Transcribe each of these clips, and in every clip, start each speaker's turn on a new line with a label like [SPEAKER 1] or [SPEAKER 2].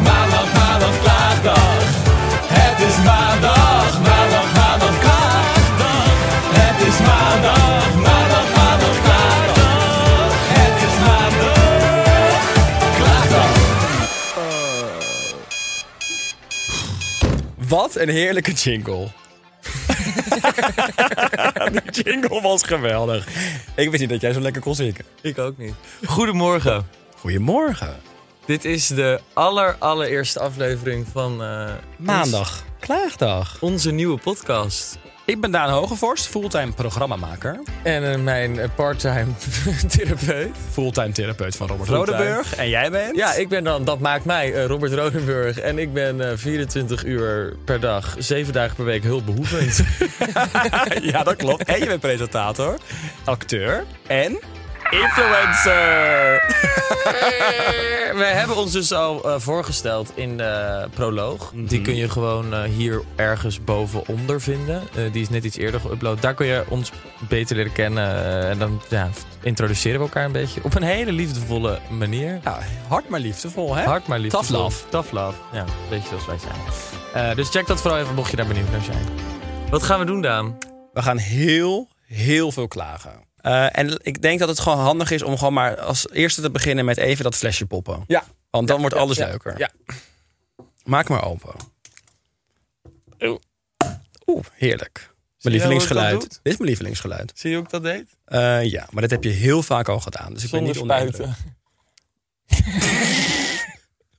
[SPEAKER 1] maandag, maandag, klaagdag. Het is maandag, maandag, maandag, klaagdag. Het is maandag, maandag, maandag, klaagdag. Het is maandag, klaagdag.
[SPEAKER 2] Wat een heerlijke jingle. Die jingle was geweldig. Ik wist niet dat jij zo lekker kon zingen.
[SPEAKER 1] Ik ook niet. Goedemorgen.
[SPEAKER 2] Goedemorgen.
[SPEAKER 1] Dit is de aller, allereerste aflevering van eh,
[SPEAKER 2] Maandag. Klaagdag.
[SPEAKER 1] ons- onze nieuwe podcast.
[SPEAKER 2] Ik ben Daan Hogevorst, fulltime programmamaker.
[SPEAKER 1] En eh, mijn eh, parttime therapeut.
[SPEAKER 2] Fulltime therapeut van Robert
[SPEAKER 1] Fulltime.
[SPEAKER 2] Rodenburg. En jij bent?
[SPEAKER 1] Ja, ik ben dan, dat maakt mij, eh, Robert Rodenburg. En ik ben eh, 24 uur per dag, 7 dagen per week hulpbehoevend.
[SPEAKER 2] ja, dat klopt. En je bent presentator, acteur en influencer.
[SPEAKER 1] We hebben ons dus al eh, voorgesteld in de proloog. Die
[SPEAKER 2] Mhm.
[SPEAKER 1] kun je gewoon eh, hier ergens bovenonder vinden. Eh, die is net iets eerder geüpload. Daar kun je ons beter leren kennen. eh, en dan ja, introduceren we elkaar een beetje. Op een hele liefdevolle manier.
[SPEAKER 2] Ja, hard maar liefdevol, hè?
[SPEAKER 1] Hard maar liefdevol.
[SPEAKER 2] Tough love.
[SPEAKER 1] Tough love. Ja, een beetje zoals wij zijn. Eh, dus check dat vooral even, mocht je daar benieuwd naar zijn. Wat gaan we doen, Daan?
[SPEAKER 2] We gaan heel, heel veel klagen. Eh, en ik denk dat het gewoon handig is om gewoon maar als eerste te beginnen met even dat flesje poppen.
[SPEAKER 1] Ja.
[SPEAKER 2] Want dan wordt alles
[SPEAKER 1] ja,
[SPEAKER 2] leuker.
[SPEAKER 1] ja.
[SPEAKER 2] Maak maar open.
[SPEAKER 1] Oeh.
[SPEAKER 2] Oeh, heerlijk. Mijn
[SPEAKER 1] je nou hoe ik dat
[SPEAKER 2] lievelingsgeluid.
[SPEAKER 1] doe?
[SPEAKER 2] Dit is mijn lievelingsgeluid.
[SPEAKER 1] Zie je hoe ik dat deed?
[SPEAKER 2] Eh, ja, maar dat heb je heel vaak al gedaan. Dus ik ben niet onder de indruk.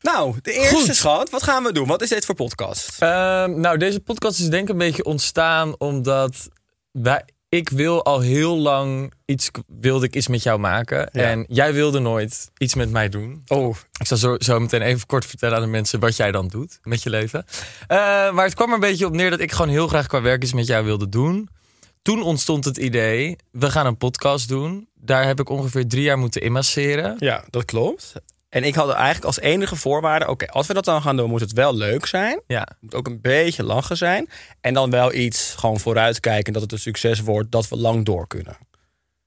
[SPEAKER 2] Nou, de eerste
[SPEAKER 1] Goed.
[SPEAKER 2] schat. Wat gaan we doen? Wat is dit voor podcast?
[SPEAKER 1] Ehm, nou, deze podcast is denk ik een beetje ontstaan omdat wij, ik wil al heel lang iets, wilde ik iets met jou maken.
[SPEAKER 2] Ja.
[SPEAKER 1] En jij wilde nooit iets met mij doen.
[SPEAKER 2] Oh,
[SPEAKER 1] Ik zal zo, zo meteen even kort vertellen aan de mensen wat jij dan doet met je leven. Eh, maar het kwam er een beetje op neer dat ik gewoon heel graag qua werk iets met jou wilde doen. Toen ontstond het idee, we gaan een podcast doen. Daar heb ik ongeveer drie jaar moeten inmasseren.
[SPEAKER 2] ja, dat klopt. En ik had eigenlijk als enige voorwaarde... Oké, als we dat dan gaan doen, moet het wel leuk zijn.
[SPEAKER 1] Ja,
[SPEAKER 2] moet ook een beetje lachen zijn. En dan wel iets gewoon vooruitkijken dat het een succes wordt, dat we lang door kunnen.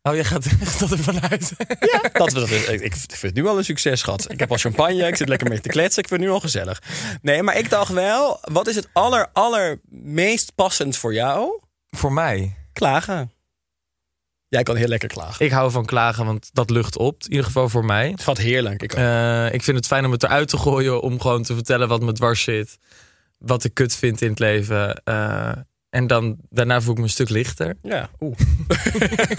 [SPEAKER 1] oh jij gaat er echt ervan uit.
[SPEAKER 2] Dat we, dat, ik, ik vind het nu al een succes, schat. Ik heb al champagne, ik zit lekker mee te kletsen, ik vind het nu al gezellig. Nee, maar ik dacht wel, wat is het aller, aller meest passend voor jou?
[SPEAKER 1] Voor mij.
[SPEAKER 2] Klagen. Jij kan heel lekker klagen.
[SPEAKER 1] Ik hou van klagen, want dat lucht op. In ieder geval voor mij.
[SPEAKER 2] Schat, heerlijk. Ik,
[SPEAKER 1] Eh, ik vind het fijn om het eruit te gooien. Om gewoon te vertellen wat me dwars zit. Wat ik kut vind in het leven. Eh, en dan, daarna voel ik me een stuk lichter.
[SPEAKER 2] ja, oeh.
[SPEAKER 1] Dus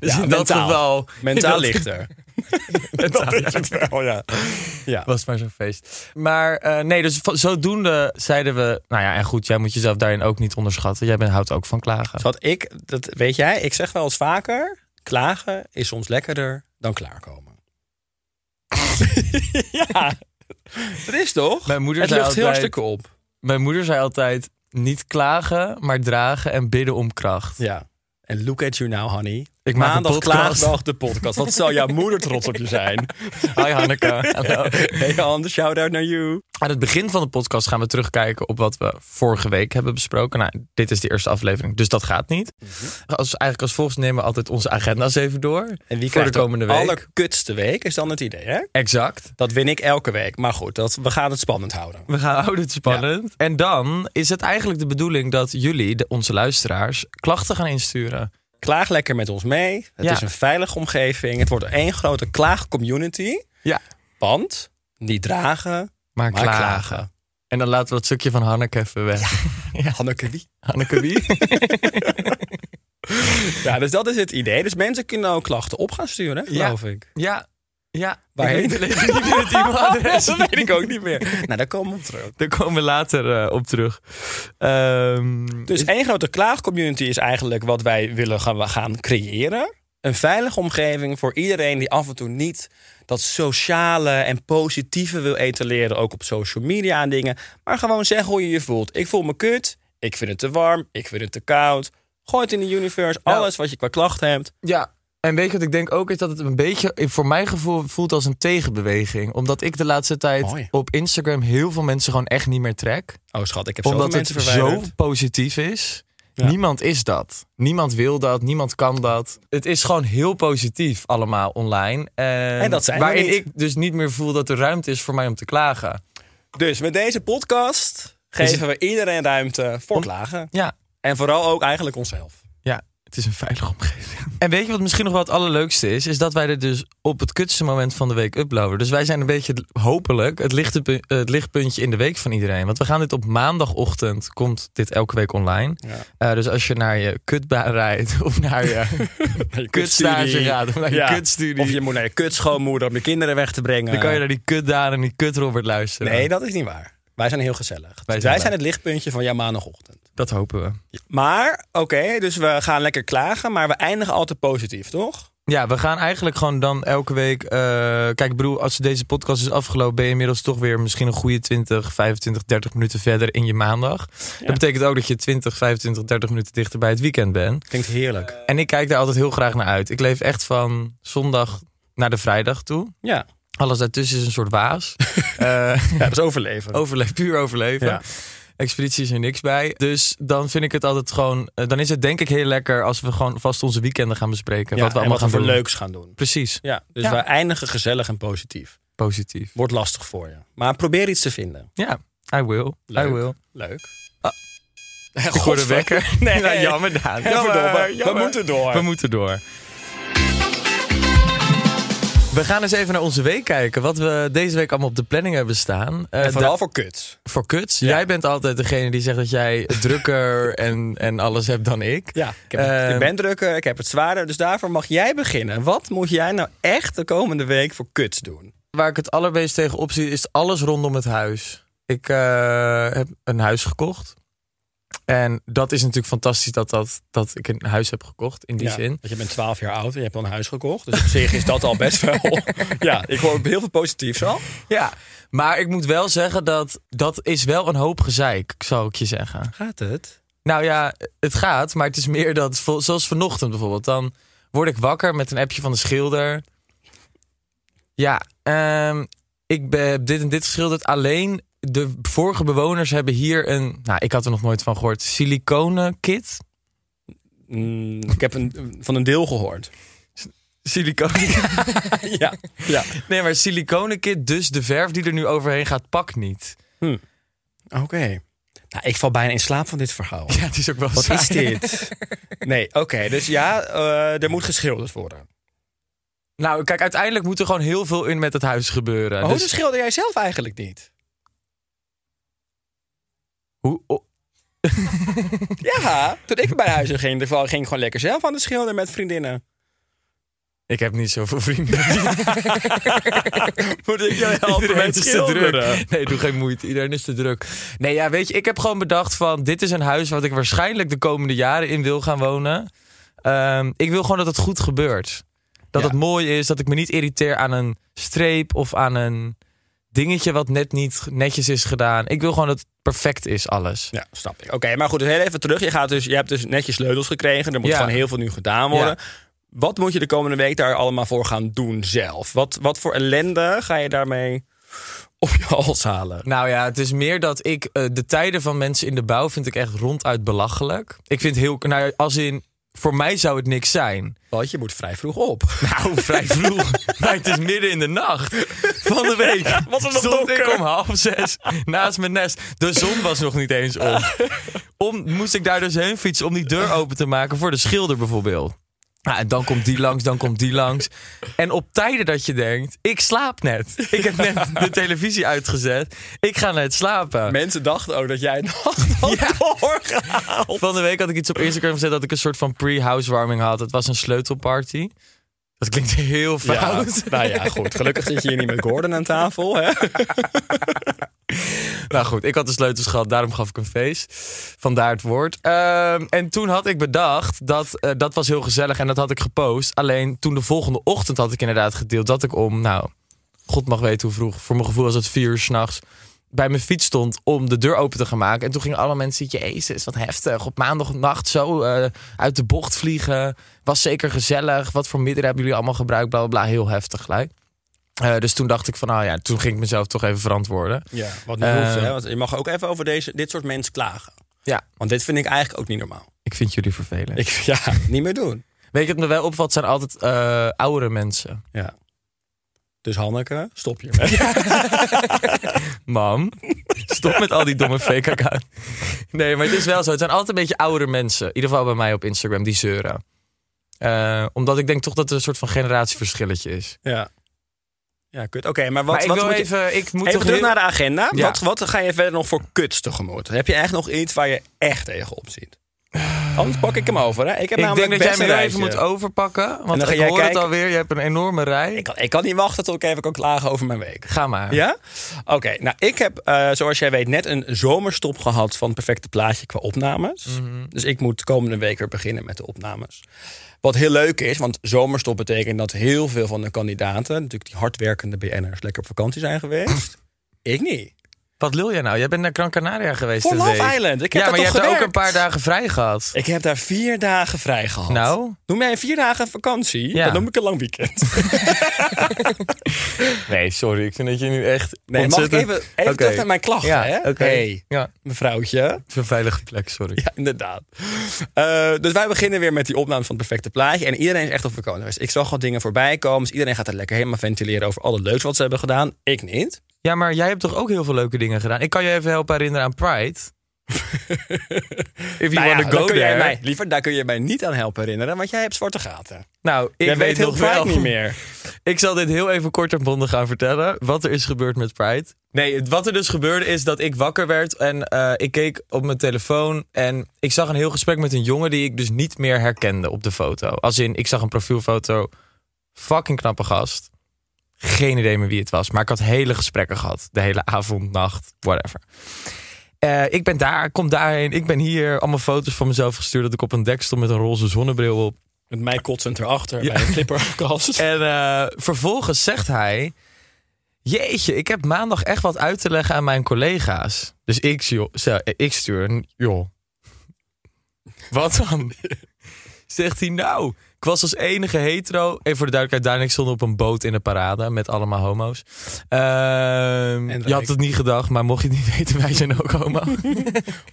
[SPEAKER 2] Ja,
[SPEAKER 1] in dat
[SPEAKER 2] mentaal.
[SPEAKER 1] geval...
[SPEAKER 2] Mentaal
[SPEAKER 1] dat-
[SPEAKER 2] lichter.
[SPEAKER 1] mentaal, ja.
[SPEAKER 2] wel, ja. Ja.
[SPEAKER 1] Was maar zo'n feest. Maar eh, nee, dus va- zodoende zeiden we... Nou ja, en goed, jij moet jezelf daarin ook niet onderschatten. Jij bent, houdt ook van klagen.
[SPEAKER 2] Schat, ik, dat weet jij, ik zeg wel eens vaker: klagen is soms lekkerder dan klaarkomen. ja, dat is toch?
[SPEAKER 1] Mijn moeder
[SPEAKER 2] het
[SPEAKER 1] zei
[SPEAKER 2] lucht heel
[SPEAKER 1] altijd-
[SPEAKER 2] stukken op.
[SPEAKER 1] Mijn moeder zei altijd... Niet klagen, maar dragen en bidden om kracht.
[SPEAKER 2] Ja. En look at you now, honey.
[SPEAKER 1] Ik maak een
[SPEAKER 2] Maandag
[SPEAKER 1] podcast.
[SPEAKER 2] klaagdag de podcast. Wat zou jouw moeder trots op je zijn? Oh,
[SPEAKER 1] Hi Hanneke. Hallo.
[SPEAKER 2] Hey Han, shout-out naar you.
[SPEAKER 1] Aan het begin van de podcast gaan we terugkijken op wat we vorige week hebben besproken. Nou, dit is de eerste aflevering, dus dat gaat niet. Als, eigenlijk als volgt nemen we altijd onze agenda's even door.
[SPEAKER 2] Mhm. En wie
[SPEAKER 1] voor de
[SPEAKER 2] krijgt de
[SPEAKER 1] komende week.
[SPEAKER 2] allerkutste week, is dan het idee, hè?
[SPEAKER 1] Exact.
[SPEAKER 2] Dat win ik elke week. Maar goed, dat, we gaan het spannend houden.
[SPEAKER 1] We gaan houden het spannend. En dan is het eigenlijk de bedoeling dat jullie, de, onze luisteraars, klachten gaan insturen.
[SPEAKER 2] Klaag lekker met ons mee. Het
[SPEAKER 1] Ja.
[SPEAKER 2] is een veilige omgeving. Het wordt één grote klaagcommunity.
[SPEAKER 1] Ja.
[SPEAKER 2] Want niet dragen, maar
[SPEAKER 1] Maar, klagen.
[SPEAKER 2] klagen.
[SPEAKER 1] En dan laten we dat stukje van Hanneke even weg.
[SPEAKER 2] Hanneke wie?
[SPEAKER 1] Hanneke wie?
[SPEAKER 2] Ja, dus dat is het idee. Dus mensen kunnen ook klachten op gaan sturen, hè,
[SPEAKER 1] Ja.
[SPEAKER 2] geloof ik.
[SPEAKER 1] ja. Ja.
[SPEAKER 2] Waarheen?
[SPEAKER 1] Ik weet alleen niet meer het e-mailadres.
[SPEAKER 2] Dat weet ik ook niet meer. Nou, daar komen we op terug.
[SPEAKER 1] Daar komen we later eh, op terug. Ehm,
[SPEAKER 2] Dus één grote klaagcommunity is eigenlijk wat wij willen gaan, gaan creëren. Een veilige omgeving voor iedereen die af en toe niet dat sociale en positieve wil etaleren. Ook op social media en dingen. Maar gewoon zeggen hoe je je voelt. Ik voel me kut. Ik vind het te warm. Ik vind het te koud. Gooi het in de universe.
[SPEAKER 1] Nou.
[SPEAKER 2] Alles wat je qua klacht hebt.
[SPEAKER 1] Ja. En weet je wat ik denk ook? Is dat het een beetje eh, voor mijn gevoel voelt als een tegenbeweging. Omdat ik de laatste tijd
[SPEAKER 2] Mooi.
[SPEAKER 1] op Instagram heel veel mensen gewoon echt niet meer trek.
[SPEAKER 2] Oh schat, ik heb zoveel
[SPEAKER 1] Omdat het
[SPEAKER 2] mensen verwijderd.
[SPEAKER 1] zo positief is.
[SPEAKER 2] Ja.
[SPEAKER 1] Niemand is dat. Niemand wil dat. Niemand kan dat. Het is gewoon heel positief allemaal online. En,
[SPEAKER 2] En dat zijn we
[SPEAKER 1] Waarin
[SPEAKER 2] niet.
[SPEAKER 1] ik dus niet meer voel dat er ruimte is voor mij om te klagen.
[SPEAKER 2] Dus met deze podcast
[SPEAKER 1] Is
[SPEAKER 2] geven we iedereen ruimte voor klagen.
[SPEAKER 1] Ja,
[SPEAKER 2] En vooral ook eigenlijk onszelf.
[SPEAKER 1] Ja, het is een veilige omgeving. En weet je wat misschien nog wel het allerleukste is? Is dat wij dit dus op het kutste moment van de week uploaden. Dus wij zijn een beetje het- hopelijk het, lichte pu- eh, het lichtpuntje in de week van iedereen. Want we gaan dit op maandagochtend, komt dit elke week online. Eh, dus als je naar je kutbaan rijdt of naar je kutstage gaat of naar je
[SPEAKER 2] Ja.
[SPEAKER 1] kutstudie.
[SPEAKER 2] Of je moet naar je kutschoonmoeder om je kinderen weg te brengen.
[SPEAKER 1] Dan kan je naar die kutdaan en die kut Robert luisteren.
[SPEAKER 2] Nee, dat is niet waar. Wij zijn heel gezellig. Wij zijn,
[SPEAKER 1] zijn leuk.
[SPEAKER 2] het lichtpuntje van jouw maandagochtend.
[SPEAKER 1] Dat hopen we.
[SPEAKER 2] Maar, oké, dus we gaan lekker klagen, maar we eindigen altijd positief, toch?
[SPEAKER 1] Ja, we gaan eigenlijk gewoon dan elke week. eh, kijk, ik bedoel, als deze podcast is afgelopen, ben je inmiddels toch weer misschien een goede 20, 25, 30 minuten verder in je maandag. Dat betekent ook dat je 20, 25, 30 minuten dichter bij het weekend bent.
[SPEAKER 2] Klinkt heerlijk.
[SPEAKER 1] En ik kijk daar altijd heel graag naar uit. Ik leef echt van zondag naar de vrijdag toe.
[SPEAKER 2] ja.
[SPEAKER 1] Alles daartussen is een soort waas. Eh
[SPEAKER 2] ja, dat is overleven.
[SPEAKER 1] overleven, puur overleven.
[SPEAKER 2] Ja.
[SPEAKER 1] Expeditie is er niks bij. Dus dan vind ik het altijd gewoon. eh, dan is het denk ik heel lekker als we gewoon vast onze weekenden gaan bespreken.
[SPEAKER 2] Ja,
[SPEAKER 1] wat we
[SPEAKER 2] en wat
[SPEAKER 1] allemaal
[SPEAKER 2] we
[SPEAKER 1] gaan
[SPEAKER 2] voor
[SPEAKER 1] doen.
[SPEAKER 2] leuks gaan doen.
[SPEAKER 1] Precies,
[SPEAKER 2] Ja, dus
[SPEAKER 1] Ja.
[SPEAKER 2] we eindigen gezellig en positief.
[SPEAKER 1] positief.
[SPEAKER 2] Wordt lastig voor je. Maar probeer iets te vinden.
[SPEAKER 1] Ja, I will. I
[SPEAKER 2] Leuk.
[SPEAKER 1] will.
[SPEAKER 2] Leuk.
[SPEAKER 1] Ah.
[SPEAKER 2] Ik
[SPEAKER 1] Ik hoor de wekker.
[SPEAKER 2] Nee,
[SPEAKER 1] Ja, jammer Daan.
[SPEAKER 2] Even
[SPEAKER 1] Jammer, eh,
[SPEAKER 2] door, we- we
[SPEAKER 1] jammer.
[SPEAKER 2] moeten door.
[SPEAKER 1] We moeten door. We gaan eens even naar onze week kijken. Wat we deze week allemaal op de planning hebben staan. Eh,
[SPEAKER 2] En vooral
[SPEAKER 1] da-
[SPEAKER 2] voor kuts.
[SPEAKER 1] voor kuts. Jij bent altijd degene die zegt dat jij drukker en, en alles hebt dan ik.
[SPEAKER 2] Ja, ik, heb het-
[SPEAKER 1] Ehm,
[SPEAKER 2] ik ben drukker, ik heb het zwaarder. Dus daarvoor mag jij beginnen. Wat moet jij nou echt de komende week voor kuts doen?
[SPEAKER 1] Waar ik het allerbeest tegen op zie is alles rondom het huis. Ik eh, heb een huis gekocht. En dat is natuurlijk fantastisch dat, dat, dat ik een huis heb gekocht in die
[SPEAKER 2] Ja,
[SPEAKER 1] zin.
[SPEAKER 2] Want je bent 12 jaar oud en je hebt al een huis gekocht. Dus op zich is dat al best wel. Ja, ik hoor ook heel veel positiefs al.
[SPEAKER 1] Ja, maar ik moet wel zeggen dat dat is wel een hoop gezeik, zou ik je zeggen.
[SPEAKER 2] Gaat het?
[SPEAKER 1] Nou ja, het gaat, maar het is meer dat, vo- zoals vanochtend bijvoorbeeld, dan word ik wakker met een appje van de schilder. Ja, ehm, ik ben heb dit en dit geschilderd. Alleen de vorige bewoners hebben hier een, nou ik had er nog nooit van gehoord, siliconen kit.
[SPEAKER 2] Mm, ik heb een, van een deel gehoord.
[SPEAKER 1] Siliconen
[SPEAKER 2] Ja, ja.
[SPEAKER 1] Nee, maar siliconen kit, dus de verf die er nu overheen gaat, pakt niet.
[SPEAKER 2] oké. Nou, ik val bijna in slaap van dit verhaal.
[SPEAKER 1] Ja, het is ook wel
[SPEAKER 2] Wat
[SPEAKER 1] saai.
[SPEAKER 2] is dit? Nee, oké. dus ja, eh, er moet geschilderd worden.
[SPEAKER 1] Nou, kijk, uiteindelijk moet er gewoon heel veel in met het huis gebeuren.
[SPEAKER 2] Maar
[SPEAKER 1] dus
[SPEAKER 2] hoe Oh, schilder jij zelf eigenlijk niet?
[SPEAKER 1] hoe, oh,
[SPEAKER 2] Ja, toen ik bij huis ging, ging ik gewoon lekker zelf aan het schilderen met vriendinnen.
[SPEAKER 1] ik heb niet zoveel vrienden.
[SPEAKER 2] Moet ik jou helpen
[SPEAKER 1] Iedereen
[SPEAKER 2] met
[SPEAKER 1] is te
[SPEAKER 2] schilderen?
[SPEAKER 1] druk. Nee, doe geen moeite. Iedereen is te druk. Nee, ja, weet je, ik heb gewoon bedacht van... dit is een huis wat ik waarschijnlijk de komende jaren in wil gaan wonen. Ehm, ik wil gewoon dat het goed gebeurt. Dat
[SPEAKER 2] Ja.
[SPEAKER 1] het mooi is, dat ik me niet irriteer aan een streep of aan een dingetje wat net niet netjes is gedaan. Ik wil gewoon dat het perfect is, alles.
[SPEAKER 2] Ja, snap ik. Oké, maar goed, dus heel even terug. Je, gaat dus, je hebt dus net je sleutels gekregen. Er moet
[SPEAKER 1] Ja.
[SPEAKER 2] gewoon heel veel nu gedaan worden. Wat moet je de komende week daar allemaal voor gaan doen zelf? Wat, wat voor ellende ga je daarmee op je hals halen?
[SPEAKER 1] Nou ja, het is meer dat ik eh, de tijden van mensen in de bouw vind ik echt ronduit belachelijk. Ik vind heel, nou, ja, als in, voor mij zou het niks zijn.
[SPEAKER 2] Want je moet vrij vroeg op.
[SPEAKER 1] Nou, vrij vroeg. maar het is midden in de nacht van de week.
[SPEAKER 2] was het nog
[SPEAKER 1] stond
[SPEAKER 2] donker.
[SPEAKER 1] ik om half zes naast mijn nest. De zon was nog niet eens op. Om, moest ik daar dus heen fietsen om die deur open te maken voor de schilder bijvoorbeeld. Nou, en dan komt die langs, dan komt die langs. En op tijden dat je denkt, ik slaap net. Ik heb net de televisie uitgezet. Ik ga net slapen.
[SPEAKER 2] Mensen dachten ook dat jij nog had
[SPEAKER 1] Ja.
[SPEAKER 2] doorgehaald.
[SPEAKER 1] Van de week had ik iets op Instagram gezet dat ik een soort van pre-housewarming had. Het was een sleutelparty. Dat klinkt heel
[SPEAKER 2] Ja,
[SPEAKER 1] fout.
[SPEAKER 2] nou ja, goed. Gelukkig zit je hier niet met Gordon aan tafel. Hè?
[SPEAKER 1] Nou goed, ik had de sleutels gehad, daarom gaf ik een feest. Vandaar het woord. Ehm, en toen had ik bedacht dat eh, dat was heel gezellig en dat had ik gepost. Alleen toen de volgende ochtend had ik inderdaad gedeeld dat ik om, nou, God mag weten hoe vroeg, voor mijn gevoel was het vier uur s'nachts, bij mijn fiets stond om de deur open te gaan maken. En toen gingen alle mensen, jezus, wat heftig. Op maandagnacht zo eh, uit de bocht vliegen. Was zeker gezellig. Wat voor middelen hebben jullie allemaal gebruikt? Bla bla bla, heel heftig gelijk. Eh, dus toen dacht ik van, nou ja, toen ging ik mezelf toch even verantwoorden.
[SPEAKER 2] Ja, wat niet
[SPEAKER 1] Eh.
[SPEAKER 2] hoeft, hè? Want je mag ook even over deze, dit soort mensen klagen.
[SPEAKER 1] Ja.
[SPEAKER 2] Want dit vind ik eigenlijk ook niet normaal.
[SPEAKER 1] Ik vind jullie vervelend.
[SPEAKER 2] Ik, ja, niet meer doen.
[SPEAKER 1] Weet je wat me wel opvalt? zijn altijd eh oudere mensen.
[SPEAKER 2] Ja. Dus Hanneke, stop je.
[SPEAKER 1] Mam, stop met al die domme fake account. Nee, maar het is wel zo. Het zijn altijd een beetje oudere mensen. In ieder geval bij mij op Instagram, die zeuren. Eh, omdat ik denk toch dat er een soort van generatieverschilletje is.
[SPEAKER 2] Ja. Ja, kut. Oké, maar wat,
[SPEAKER 1] maar ik
[SPEAKER 2] wat
[SPEAKER 1] wil
[SPEAKER 2] moet je-
[SPEAKER 1] even... Ik moet
[SPEAKER 2] Even
[SPEAKER 1] toch
[SPEAKER 2] terug
[SPEAKER 1] heel-
[SPEAKER 2] naar de agenda.
[SPEAKER 1] Ja.
[SPEAKER 2] Wat, wat ga je verder nog voor kuts tegemoet? Heb je echt nog iets waar je echt tegenop ziet? Anders pak ik hem over. Hè? Ik heb
[SPEAKER 1] Ik denk
[SPEAKER 2] namelijk
[SPEAKER 1] dat jij
[SPEAKER 2] best
[SPEAKER 1] me
[SPEAKER 2] een
[SPEAKER 1] heel even moet
[SPEAKER 2] rijtje.
[SPEAKER 1] overpakken.
[SPEAKER 2] En
[SPEAKER 1] Want
[SPEAKER 2] dan ga
[SPEAKER 1] ik
[SPEAKER 2] jij
[SPEAKER 1] hoor het
[SPEAKER 2] kijken.
[SPEAKER 1] alweer. Je hebt een enorme rij.
[SPEAKER 2] Ik kan, ik kan niet wachten tot ik even kan klagen over mijn week.
[SPEAKER 1] Ga maar.
[SPEAKER 2] Ja? Oké, nou ik heb, eh, zoals jij weet, net een zomerstop gehad van het perfecte plaatje qua opnames.
[SPEAKER 1] Mhm.
[SPEAKER 2] Dus ik moet komende week weer beginnen met de opnames. Wat heel leuk is, want zomerstop betekent dat heel veel van de kandidaten, natuurlijk die hardwerkende BN'ers, lekker op vakantie zijn geweest. ik niet.
[SPEAKER 1] Wat lul jij nou? Jij bent naar Gran Canaria geweest
[SPEAKER 2] Voor
[SPEAKER 1] een
[SPEAKER 2] Love
[SPEAKER 1] week.
[SPEAKER 2] Island. Ik heb
[SPEAKER 1] ja,
[SPEAKER 2] daar
[SPEAKER 1] maar je
[SPEAKER 2] toch
[SPEAKER 1] hebt er ook een
[SPEAKER 2] gewerkt.
[SPEAKER 1] paar dagen vrij gehad.
[SPEAKER 2] Ik heb daar vier dagen vrij gehad.
[SPEAKER 1] Nou?
[SPEAKER 2] Noem jij vier dagen vakantie?
[SPEAKER 1] Ja.
[SPEAKER 2] Dat noem ik een lang weekend.
[SPEAKER 1] Nee, sorry. Ik vind dat je nu echt
[SPEAKER 2] Nee,
[SPEAKER 1] ontzettend-
[SPEAKER 2] mag ik even, even
[SPEAKER 1] Oké.
[SPEAKER 2] terug naar mijn klachten,
[SPEAKER 1] Ja,
[SPEAKER 2] hè?
[SPEAKER 1] oké.
[SPEAKER 2] Hey,
[SPEAKER 1] Ja,
[SPEAKER 2] mevrouwtje.
[SPEAKER 1] het is een veilige plek, sorry.
[SPEAKER 2] Ja, inderdaad. Eh, dus wij beginnen weer met die opname van het perfecte plaatje. En iedereen is echt op vakantie geweest. Ik zag al dingen voorbij komen. Dus iedereen gaat er lekker helemaal ventileren over alle leuks wat ze hebben gedaan. Ik niet.
[SPEAKER 1] Ja, maar jij hebt toch ook heel veel leuke dingen gedaan? Ik kan je even helpen herinneren aan Pride. If
[SPEAKER 2] Nou
[SPEAKER 1] you
[SPEAKER 2] ja,
[SPEAKER 1] want to
[SPEAKER 2] daar
[SPEAKER 1] go
[SPEAKER 2] kun jij
[SPEAKER 1] there.
[SPEAKER 2] mij, liever, daar kun je mij niet aan helpen herinneren, want jij hebt zwarte gaten.
[SPEAKER 1] Nou, ik
[SPEAKER 2] jij weet heel
[SPEAKER 1] nog wel
[SPEAKER 2] vaak niet meer.
[SPEAKER 1] Ik zal dit heel even kort en bondig gaan vertellen. Wat er is gebeurd met Pride. Nee, het- wat er dus gebeurde is dat ik wakker werd en eh, ik keek op mijn telefoon. En ik zag een heel gesprek met een jongen die ik dus niet meer herkende op de foto. Als in, ik zag een profielfoto. Fucking knappe gast. Geen idee meer wie het was. Maar ik had hele gesprekken gehad. De hele avond, nacht, whatever. Eh, ik ben daar, kom daarheen. Ik ben hier. Allemaal foto's van mezelf gestuurd. Dat ik op een dek stond met een roze zonnebril op.
[SPEAKER 2] Met mij kotsend erachter bij een flipperkast.
[SPEAKER 1] En eh, vervolgens zegt hij: Jeetje, ik heb maandag echt wat uit te leggen aan mijn collega's. Dus ik, joh, ze- ik stuur een joh. Wat dan? Zegt hij nou? Ik was als enige hetero. Even voor de duidelijkheid, Daan en ik stonden op een boot in de parade met allemaal homo's. Ehm,
[SPEAKER 2] dat
[SPEAKER 1] je had
[SPEAKER 2] ik.
[SPEAKER 1] het niet gedacht, maar mocht je het niet weten, wij zijn ook homo.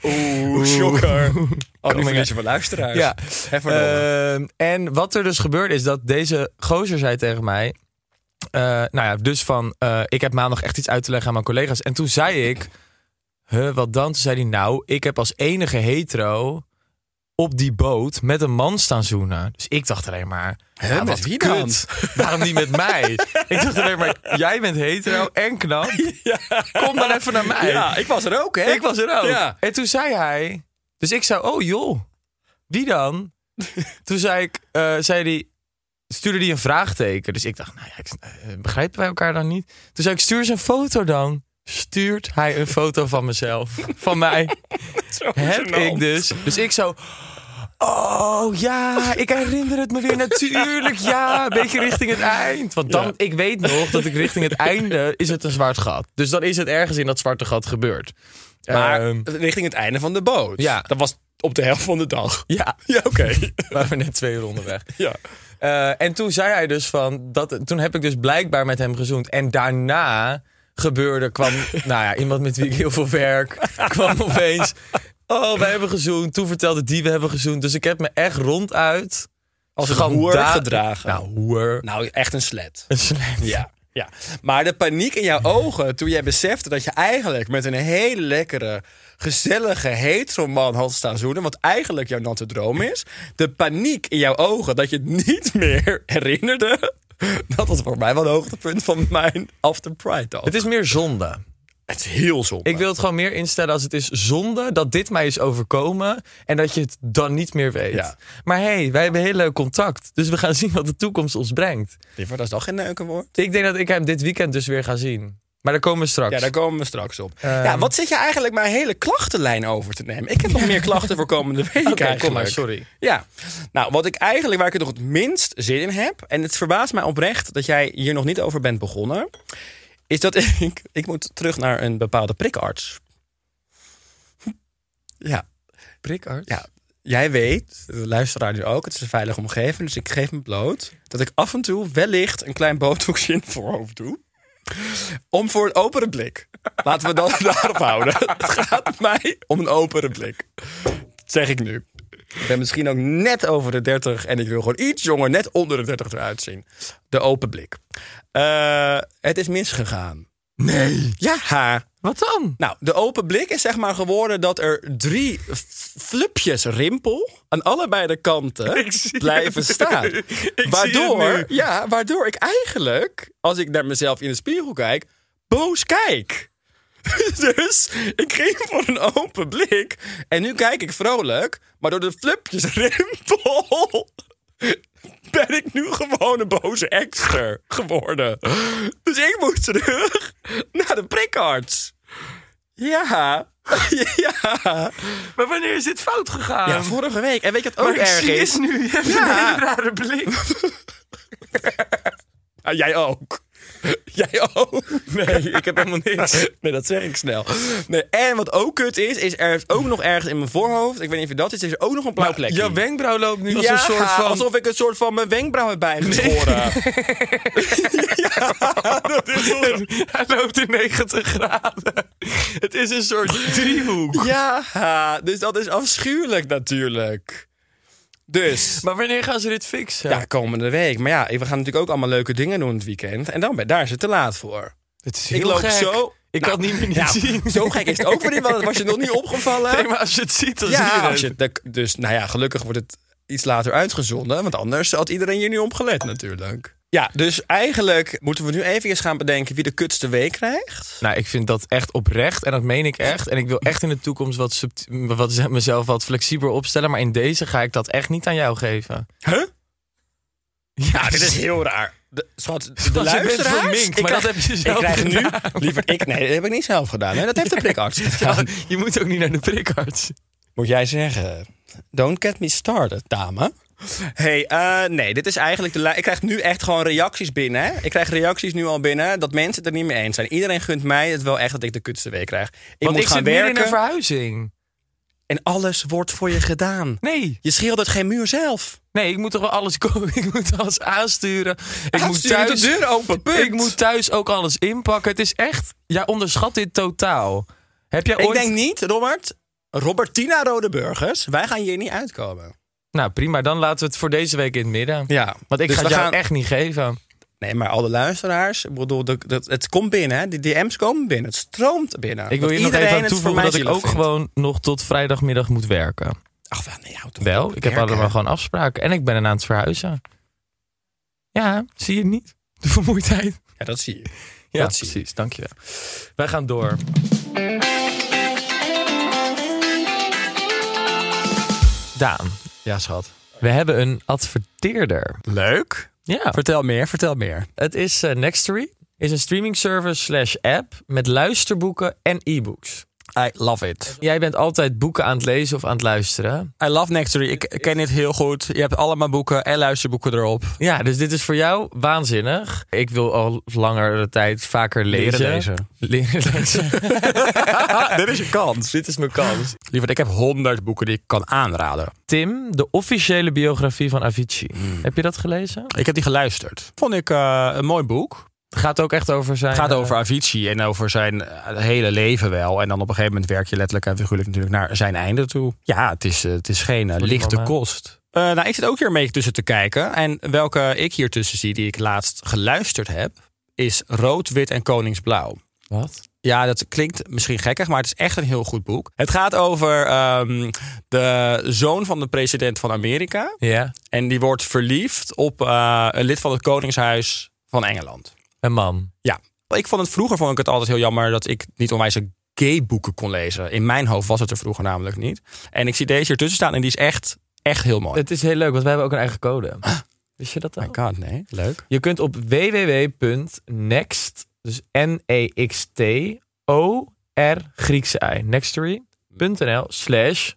[SPEAKER 2] Oeh, shocker. Oh, nu
[SPEAKER 1] Coming
[SPEAKER 2] verlies je van luisteraars.
[SPEAKER 1] Ja.
[SPEAKER 2] Hefverdomme.
[SPEAKER 1] Ehm, en wat er dus gebeurde is dat deze gozer zei tegen mij... eh, nou ja, dus van, eh, ik heb maandag echt iets uit te leggen aan mijn collega's. En toen zei ik, huh, wat dan? Toen zei hij, nou, ik heb als enige hetero op die boot met een man staan zoenen. Dus ik dacht alleen maar, ja,
[SPEAKER 2] met
[SPEAKER 1] wat
[SPEAKER 2] wie dan?
[SPEAKER 1] kut. Waarom niet met mij? ik dacht alleen maar, jij bent hetero en knap. Kom dan even naar mij.
[SPEAKER 2] ja, ik was er ook, hè?
[SPEAKER 1] Ik was er ook.
[SPEAKER 2] Ja.
[SPEAKER 1] En toen zei hij... Dus ik zei, oh joh, wie dan? toen zei ik, eh, zei die, stuurde hij een vraagteken. Dus ik dacht, nou ja, ik, eh, begrijpen wij elkaar dan niet? Toen zei ik, stuur eens een foto dan. Stuurt hij een foto van mezelf, van mij.
[SPEAKER 2] Zo
[SPEAKER 1] Heb
[SPEAKER 2] gênant.
[SPEAKER 1] ik dus. Dus ik zo, Oh ja, ik herinner het me weer natuurlijk. Ja, een beetje richting het eind. Want dan,
[SPEAKER 2] Ja.
[SPEAKER 1] ik weet nog dat ik richting het einde is het een zwart gat. Dus dan is het ergens in dat zwarte gat gebeurd.
[SPEAKER 2] Maar
[SPEAKER 1] Ehm,
[SPEAKER 2] richting het einde van de boot.
[SPEAKER 1] Ja.
[SPEAKER 2] Dat was op de helft van de dag.
[SPEAKER 1] ja,
[SPEAKER 2] Ja, oké.
[SPEAKER 1] waren we net twee uur onderweg.
[SPEAKER 2] ja.
[SPEAKER 1] Eh, en toen zei hij dus van, dat, toen heb ik dus blijkbaar met hem gezoend. En daarna gebeurde, kwam, nou ja, iemand met wie ik heel veel werk, kwam opeens. Oh, wij hebben gezoend. Toen vertelde die, we hebben gezoend. Dus ik heb me echt ronduit
[SPEAKER 2] Als een
[SPEAKER 1] schanda-
[SPEAKER 2] hoer gedragen.
[SPEAKER 1] Nou, hoer.
[SPEAKER 2] Nou, echt een slet.
[SPEAKER 1] Een slecht.
[SPEAKER 2] Ja. ja. Maar de paniek in jouw ogen toen jij besefte dat je eigenlijk met een hele lekkere, gezellige heteroman had staan zoenen, wat eigenlijk jouw natte droom is. De paniek in jouw ogen dat je het niet meer herinnerde. Dat was voor mij wel een hoogtepunt van mijn After Pride dag.
[SPEAKER 1] Het is meer zonde.
[SPEAKER 2] Het is heel zonde.
[SPEAKER 1] Ik wil het gewoon meer instellen als het is zonde dat dit mij is overkomen en dat je het dan niet meer weet.
[SPEAKER 2] Ja.
[SPEAKER 1] Maar hé, hey, wij hebben heel leuk contact. Dus we gaan zien wat de toekomst ons brengt.
[SPEAKER 2] Liever, dat is toch geen neukenwoord?
[SPEAKER 1] Ik denk dat ik hem dit weekend dus weer ga zien. Maar daar komen we straks. Ehm.
[SPEAKER 2] Ja, daar komen we straks op. ja, wat zit je eigenlijk mijn hele klachtenlijn over te nemen? Ik heb nog meer klachten voor komende week eigenlijk.
[SPEAKER 1] kom maar, sorry.
[SPEAKER 2] Ja, nou, wat ik eigenlijk, waar ik het nog het minst zin in heb... en het verbaast mij oprecht dat jij hier nog niet over bent begonnen... is dat ik, ik moet terug naar een bepaalde prikarts. Ja,
[SPEAKER 1] prikarts.
[SPEAKER 2] ja, jij weet, de luisteraar nu ook, het is een veilige omgeving... dus ik geef me bloot dat ik af en toe wellicht een klein botoxje in het voorhoofd doe... om voor een opere blik. Laten we dat daarop houden. Het gaat mij om een opere blik. Dat zeg ik nu. Ik ben misschien ook net over de 30 en ik wil gewoon iets jonger, net onder de 30 eruit zien. De open blik. Eh, het is misgegaan. Nee. Ja.
[SPEAKER 1] Wat dan?
[SPEAKER 2] Nou, de open blik is zeg maar geworden dat er drie f- flupjes rimpel aan allebei de kanten blijven staan. waardoor, Ja, waardoor ik eigenlijk, als ik naar mezelf in de spiegel kijk, boos kijk. Dus ik ging voor een open blik. En nu kijk ik vrolijk, maar door de flupjes rimpel ben ik nu gewoon een boze extra geworden. Dus ik moet terug naar de prikarts. Ja. ja.
[SPEAKER 1] Maar wanneer is dit fout gegaan?
[SPEAKER 2] Ja, vorige week. En weet je wat
[SPEAKER 1] maar
[SPEAKER 2] ook
[SPEAKER 1] ik
[SPEAKER 2] erg
[SPEAKER 1] zie
[SPEAKER 2] is?
[SPEAKER 1] het nu. Je hebt
[SPEAKER 2] Ja.
[SPEAKER 1] een hele rare blik.
[SPEAKER 2] Ah, jij ook. Jij ook. Nee, ik heb helemaal niks. Nee, dat zeg ik snel. Nee, en wat ook kut is, is er is ook nog ergens in mijn voorhoofd. Ik weet niet of je dat is. Is er ook nog een blauw plekje.
[SPEAKER 1] Jouw wenkbrauw loopt nu als
[SPEAKER 2] Ja,
[SPEAKER 1] een soort van...
[SPEAKER 2] alsof ik een soort van mijn wenkbrauw heb bijgeschoren. ja, dat is het.
[SPEAKER 1] Hij loopt in 90 graden. Het is een soort driehoek.
[SPEAKER 2] Ja, dus dat is afschuwelijk natuurlijk. Dus.
[SPEAKER 1] Maar wanneer gaan ze dit fixen?
[SPEAKER 2] Ja, komende week. Maar ja, we gaan natuurlijk ook allemaal leuke dingen doen het weekend. En dan, ben- daar is het te laat voor.
[SPEAKER 1] Het is
[SPEAKER 2] Ik
[SPEAKER 1] heel
[SPEAKER 2] loop
[SPEAKER 1] gek.
[SPEAKER 2] zo-
[SPEAKER 1] Ik
[SPEAKER 2] Nou,
[SPEAKER 1] had niet meer niet
[SPEAKER 2] ja,
[SPEAKER 1] zien.
[SPEAKER 2] Zo gek is het ook weer niet, want het was je nog niet opgevallen.
[SPEAKER 1] Nee, maar als je het ziet, dan zie je
[SPEAKER 2] ja,
[SPEAKER 1] het.
[SPEAKER 2] als je, dat- dus nou ja, gelukkig wordt het iets later uitgezonden. Want anders had iedereen hier nu op gelet natuurlijk. Ja, dus eigenlijk moeten we nu even eens gaan bedenken wie de kutste week krijgt.
[SPEAKER 1] Nou, ik vind dat echt oprecht en dat meen ik echt. En ik wil echt in de toekomst wat subt- wat zeg- mezelf wat flexibeler opstellen. Maar in deze ga ik dat echt niet aan jou geven.
[SPEAKER 2] Huh?
[SPEAKER 1] Ja,
[SPEAKER 2] Ah, dit is heel raar. De, schat, de
[SPEAKER 1] je bent
[SPEAKER 2] luisteraars,
[SPEAKER 1] verminkt, maar
[SPEAKER 2] krijg-
[SPEAKER 1] dat heb je
[SPEAKER 2] Ik
[SPEAKER 1] zelf
[SPEAKER 2] krijg nu,
[SPEAKER 1] gedaan.
[SPEAKER 2] liever ik, nee, dat heb ik niet zelf gedaan. Hè? Dat heeft de prikarts gedaan.
[SPEAKER 1] Je moet ook niet naar de prikarts.
[SPEAKER 2] Moet jij zeggen, don't get me started, dame. hey, eh, nee, dit is eigenlijk de... li- Ik krijg nu echt gewoon reacties binnen. hè. Ik krijg reacties nu al binnen dat mensen het er niet mee eens zijn. Iedereen gunt mij het wel echt dat ik de kutste week krijg. Ik
[SPEAKER 1] Want
[SPEAKER 2] moet
[SPEAKER 1] ik
[SPEAKER 2] gaan
[SPEAKER 1] zit
[SPEAKER 2] werken
[SPEAKER 1] meer in een verhuizing.
[SPEAKER 2] en alles wordt voor je gedaan.
[SPEAKER 1] Nee,
[SPEAKER 2] Je schildert geen muur zelf.
[SPEAKER 1] nee, ik moet toch wel alles komen. Ik moet alles aansturen. Ik moet
[SPEAKER 2] Aansturen,
[SPEAKER 1] thuis,
[SPEAKER 2] de deur open, punt.
[SPEAKER 1] Ik moet thuis ook alles inpakken. Het is echt. Jij onderschat dit totaal. Heb jij
[SPEAKER 2] Ik
[SPEAKER 1] ooit?
[SPEAKER 2] denk niet, Robert. Robertina Rodeburgers, wij gaan hier niet uitkomen.
[SPEAKER 1] Nou, prima. Dan laten we het voor deze week in het midden.
[SPEAKER 2] Ja,
[SPEAKER 1] Want ik
[SPEAKER 2] dus
[SPEAKER 1] ga
[SPEAKER 2] we
[SPEAKER 1] het jou
[SPEAKER 2] gaan-
[SPEAKER 1] echt niet geven.
[SPEAKER 2] Nee, maar alle luisteraars, ik bedoel, dat, dat- het komt binnen. hè. Die DM's komen binnen, het stroomt binnen.
[SPEAKER 1] Ik wil
[SPEAKER 2] Dat
[SPEAKER 1] je nog
[SPEAKER 2] iedereen
[SPEAKER 1] even aan
[SPEAKER 2] het voor
[SPEAKER 1] toevoegen
[SPEAKER 2] mij
[SPEAKER 1] dat ik
[SPEAKER 2] zielig
[SPEAKER 1] ook
[SPEAKER 2] vindt.
[SPEAKER 1] gewoon nog tot vrijdagmiddag moet werken.
[SPEAKER 2] Ach, wel, nee, houd toch
[SPEAKER 1] Wel,
[SPEAKER 2] op,
[SPEAKER 1] ik heb
[SPEAKER 2] werken.
[SPEAKER 1] allemaal gewoon afspraken. En ik ben een aan het verhuizen. Ja, zie je het niet? De vermoeidheid.
[SPEAKER 2] Ja, dat zie je.
[SPEAKER 1] Ja,
[SPEAKER 2] dat zie je.
[SPEAKER 1] precies. Dankjewel. Wij gaan door. Daan,
[SPEAKER 2] Ja, schat.
[SPEAKER 1] we hebben een adverteerder.
[SPEAKER 2] Leuk.
[SPEAKER 1] Ja.
[SPEAKER 2] Vertel meer, vertel meer.
[SPEAKER 1] Het is eh, Nextory. Is een streaming service slash app met luisterboeken en e-books.
[SPEAKER 2] I love it.
[SPEAKER 1] Jij bent altijd boeken aan het lezen of aan het luisteren.
[SPEAKER 2] I love Nectary. Ik ken dit heel goed. Je hebt allemaal boeken en luisterboeken erop.
[SPEAKER 1] Ja, dus dit is voor jou waanzinnig. Ik wil al langere tijd vaker lezen.
[SPEAKER 2] lezen.
[SPEAKER 1] Leren lezen.
[SPEAKER 2] Ah, dit is je kans.
[SPEAKER 1] dit is mijn kans.
[SPEAKER 2] Lieverd, ik heb honderd boeken die ik kan aanraden.
[SPEAKER 1] Tim, de officiële biografie van Avicii.
[SPEAKER 2] Hmm.
[SPEAKER 1] Heb je dat gelezen?
[SPEAKER 2] Ik heb die geluisterd. Vond ik eh, een mooi boek.
[SPEAKER 1] Het gaat ook echt over zijn... eh,
[SPEAKER 2] Het gaat over Avicii en over zijn eh, hele leven wel. En dan op een gegeven moment werk je letterlijk en figuurlijk natuurlijk naar zijn einde toe. Ja, het is, eh, het is geen eh,
[SPEAKER 1] Voor die
[SPEAKER 2] lichte
[SPEAKER 1] mama.
[SPEAKER 2] kost. Eh, nou, ik zit ook hier een beetje tussen te kijken. En welke ik hier tussen zie, die ik laatst geluisterd heb, is Rood, Wit en Koningsblauw.
[SPEAKER 1] Wat?
[SPEAKER 2] Ja, dat klinkt misschien gekkig, maar het is echt een heel goed boek. Het gaat over ehm, de zoon van de president van Amerika.
[SPEAKER 1] Ja,
[SPEAKER 2] En die wordt verliefd op eh, een lid van het Koningshuis van Engeland.
[SPEAKER 1] een man.
[SPEAKER 2] Ja, ik vond het vroeger vond ik het altijd heel jammer dat ik niet onwijs gay boeken kon lezen. In mijn hoofd was het er vroeger namelijk niet. En ik zie deze ertussen staan en die is echt, echt heel mooi.
[SPEAKER 1] Het is heel leuk, want wij hebben ook een eigen code. Wist je dat
[SPEAKER 2] Oh
[SPEAKER 1] ook?
[SPEAKER 2] my god, nee. Leuk.
[SPEAKER 1] Je kunt op www.next, dus N-E-X-T, O-R, Griekse I, nextory.nl slash,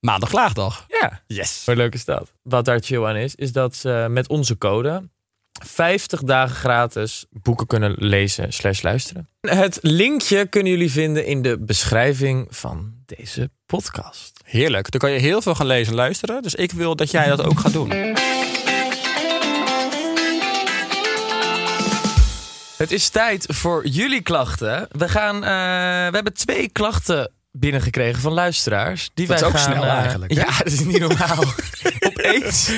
[SPEAKER 2] Maandag klaagdag.
[SPEAKER 1] ja,
[SPEAKER 2] Yes.
[SPEAKER 1] hoe leuk is dat? Wat daar chill aan is, is dat ze met onze code 50 dagen gratis boeken kunnen lezen slash luisteren. Het linkje kunnen jullie vinden in de beschrijving van deze podcast.
[SPEAKER 2] Heerlijk. Dan kan je heel veel gaan lezen en luisteren. Dus ik wil dat jij dat ook gaat doen.
[SPEAKER 1] Het is tijd voor jullie klachten. We, gaan, eh, we hebben twee klachten binnengekregen van luisteraars. Die
[SPEAKER 2] Dat
[SPEAKER 1] wij
[SPEAKER 2] is ook
[SPEAKER 1] gaan,
[SPEAKER 2] snel
[SPEAKER 1] eh,
[SPEAKER 2] eigenlijk, hè?
[SPEAKER 1] Ja, dat is niet normaal. Opeens,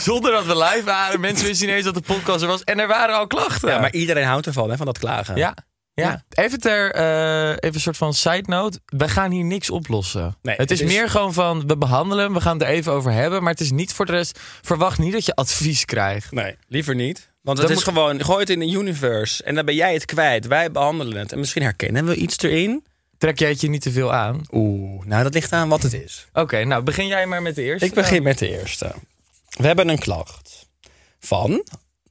[SPEAKER 1] zonder dat we live waren, mensen wisten ineens dat de podcast er was. En er waren al klachten.
[SPEAKER 2] Ja, maar iedereen houdt ervan, hè, van dat klagen.
[SPEAKER 1] ja, ja. Even, ter, eh, even een soort van side note. We gaan hier niks oplossen.
[SPEAKER 2] Nee,
[SPEAKER 1] het is,
[SPEAKER 2] het is-
[SPEAKER 1] meer gewoon van, we behandelen hem, we gaan het er even over hebben. Maar het is niet voor de rest, verwacht niet dat je advies krijgt.
[SPEAKER 2] Nee, liever niet. Want het
[SPEAKER 1] Dat
[SPEAKER 2] is
[SPEAKER 1] moet-
[SPEAKER 2] gewoon, gooi het in de universe en dan ben jij het kwijt. Wij behandelen het. En misschien herkennen we iets erin.
[SPEAKER 1] Trek jij het je niet te veel aan?
[SPEAKER 2] Oeh, nou dat ligt aan wat het is.
[SPEAKER 1] Oké, nou begin jij maar met de eerste.
[SPEAKER 2] Ik begin met de eerste. We hebben een klacht van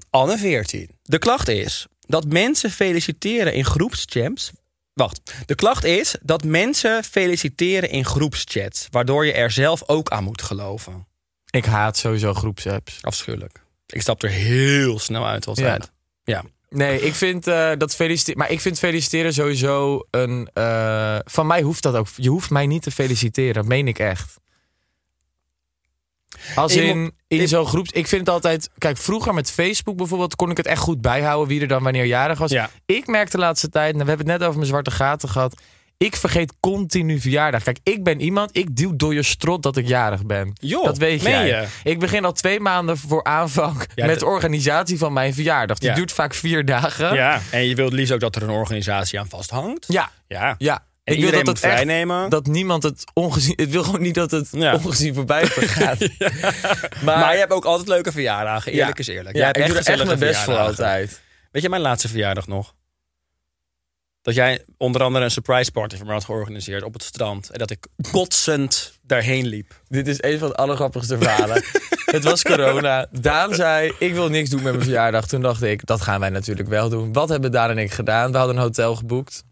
[SPEAKER 2] Anne 14. De klacht is dat mensen feliciteren in groepschats. Wacht. De klacht is dat mensen feliciteren in groepschats, waardoor je er zelf ook aan moet geloven.
[SPEAKER 1] Ik haat sowieso groepsapps.
[SPEAKER 2] Afschuwelijk. Ik stap er heel snel uit altijd. Ja.
[SPEAKER 1] Nee, ik vind eh, dat feliciteren. Maar ik vind feliciteren sowieso een. eh, van mij hoeft dat ook. Je hoeft mij niet te feliciteren. Dat meen ik echt. Als
[SPEAKER 2] Ik
[SPEAKER 1] in,
[SPEAKER 2] mo-
[SPEAKER 1] in
[SPEAKER 2] ik-
[SPEAKER 1] zo'n groep. Ik vind het altijd. Kijk, vroeger met Facebook bijvoorbeeld. kon ik het echt goed bijhouden. wie er dan wanneer jarig was.
[SPEAKER 2] Ja.
[SPEAKER 1] Ik merk de laatste tijd. Nou, we hebben het net over mijn zwarte gaten gehad. Ik vergeet continu verjaardag. Kijk, ik ben iemand. Ik duw door je strot dat ik jarig ben.
[SPEAKER 2] Joh,
[SPEAKER 1] dat weet
[SPEAKER 2] meen
[SPEAKER 1] jij.
[SPEAKER 2] je?
[SPEAKER 1] Ik begin al twee maanden voor aanvang.
[SPEAKER 2] Ja,
[SPEAKER 1] met
[SPEAKER 2] d-
[SPEAKER 1] de organisatie van mijn verjaardag. Die
[SPEAKER 2] Ja.
[SPEAKER 1] duurt vaak vier dagen.
[SPEAKER 2] ja. En je wilt liefst ook dat er een organisatie aan vasthangt.
[SPEAKER 1] Ja,
[SPEAKER 2] Ja.
[SPEAKER 1] ja.
[SPEAKER 2] En
[SPEAKER 1] wil
[SPEAKER 2] iedereen
[SPEAKER 1] dat
[SPEAKER 2] moet
[SPEAKER 1] het echt-
[SPEAKER 2] vrijnemen.
[SPEAKER 1] Dat niemand het ongezien... Het wil gewoon niet dat het
[SPEAKER 2] Ja.
[SPEAKER 1] ongezien voorbij gaat.
[SPEAKER 2] Maar, je hebt ook altijd leuke verjaardagen. Eerlijk
[SPEAKER 1] Ja.
[SPEAKER 2] is eerlijk.
[SPEAKER 1] Ja,
[SPEAKER 2] Jij hebt
[SPEAKER 1] ik doe er echt
[SPEAKER 2] gezellige
[SPEAKER 1] mijn best voor
[SPEAKER 2] verjaardagen.
[SPEAKER 1] altijd.
[SPEAKER 2] Weet je mijn laatste verjaardag nog? Dat jij onder andere een surprise party voor me had georganiseerd op het strand. En dat ik kotsend daarheen liep.
[SPEAKER 1] Dit is een van de allergrappigste verhalen. het was corona. Daan zei, ik wil niks doen met mijn verjaardag. Toen dacht ik, dat gaan wij natuurlijk wel doen. Wat hebben Daan en ik gedaan? We hadden een hotel geboekt.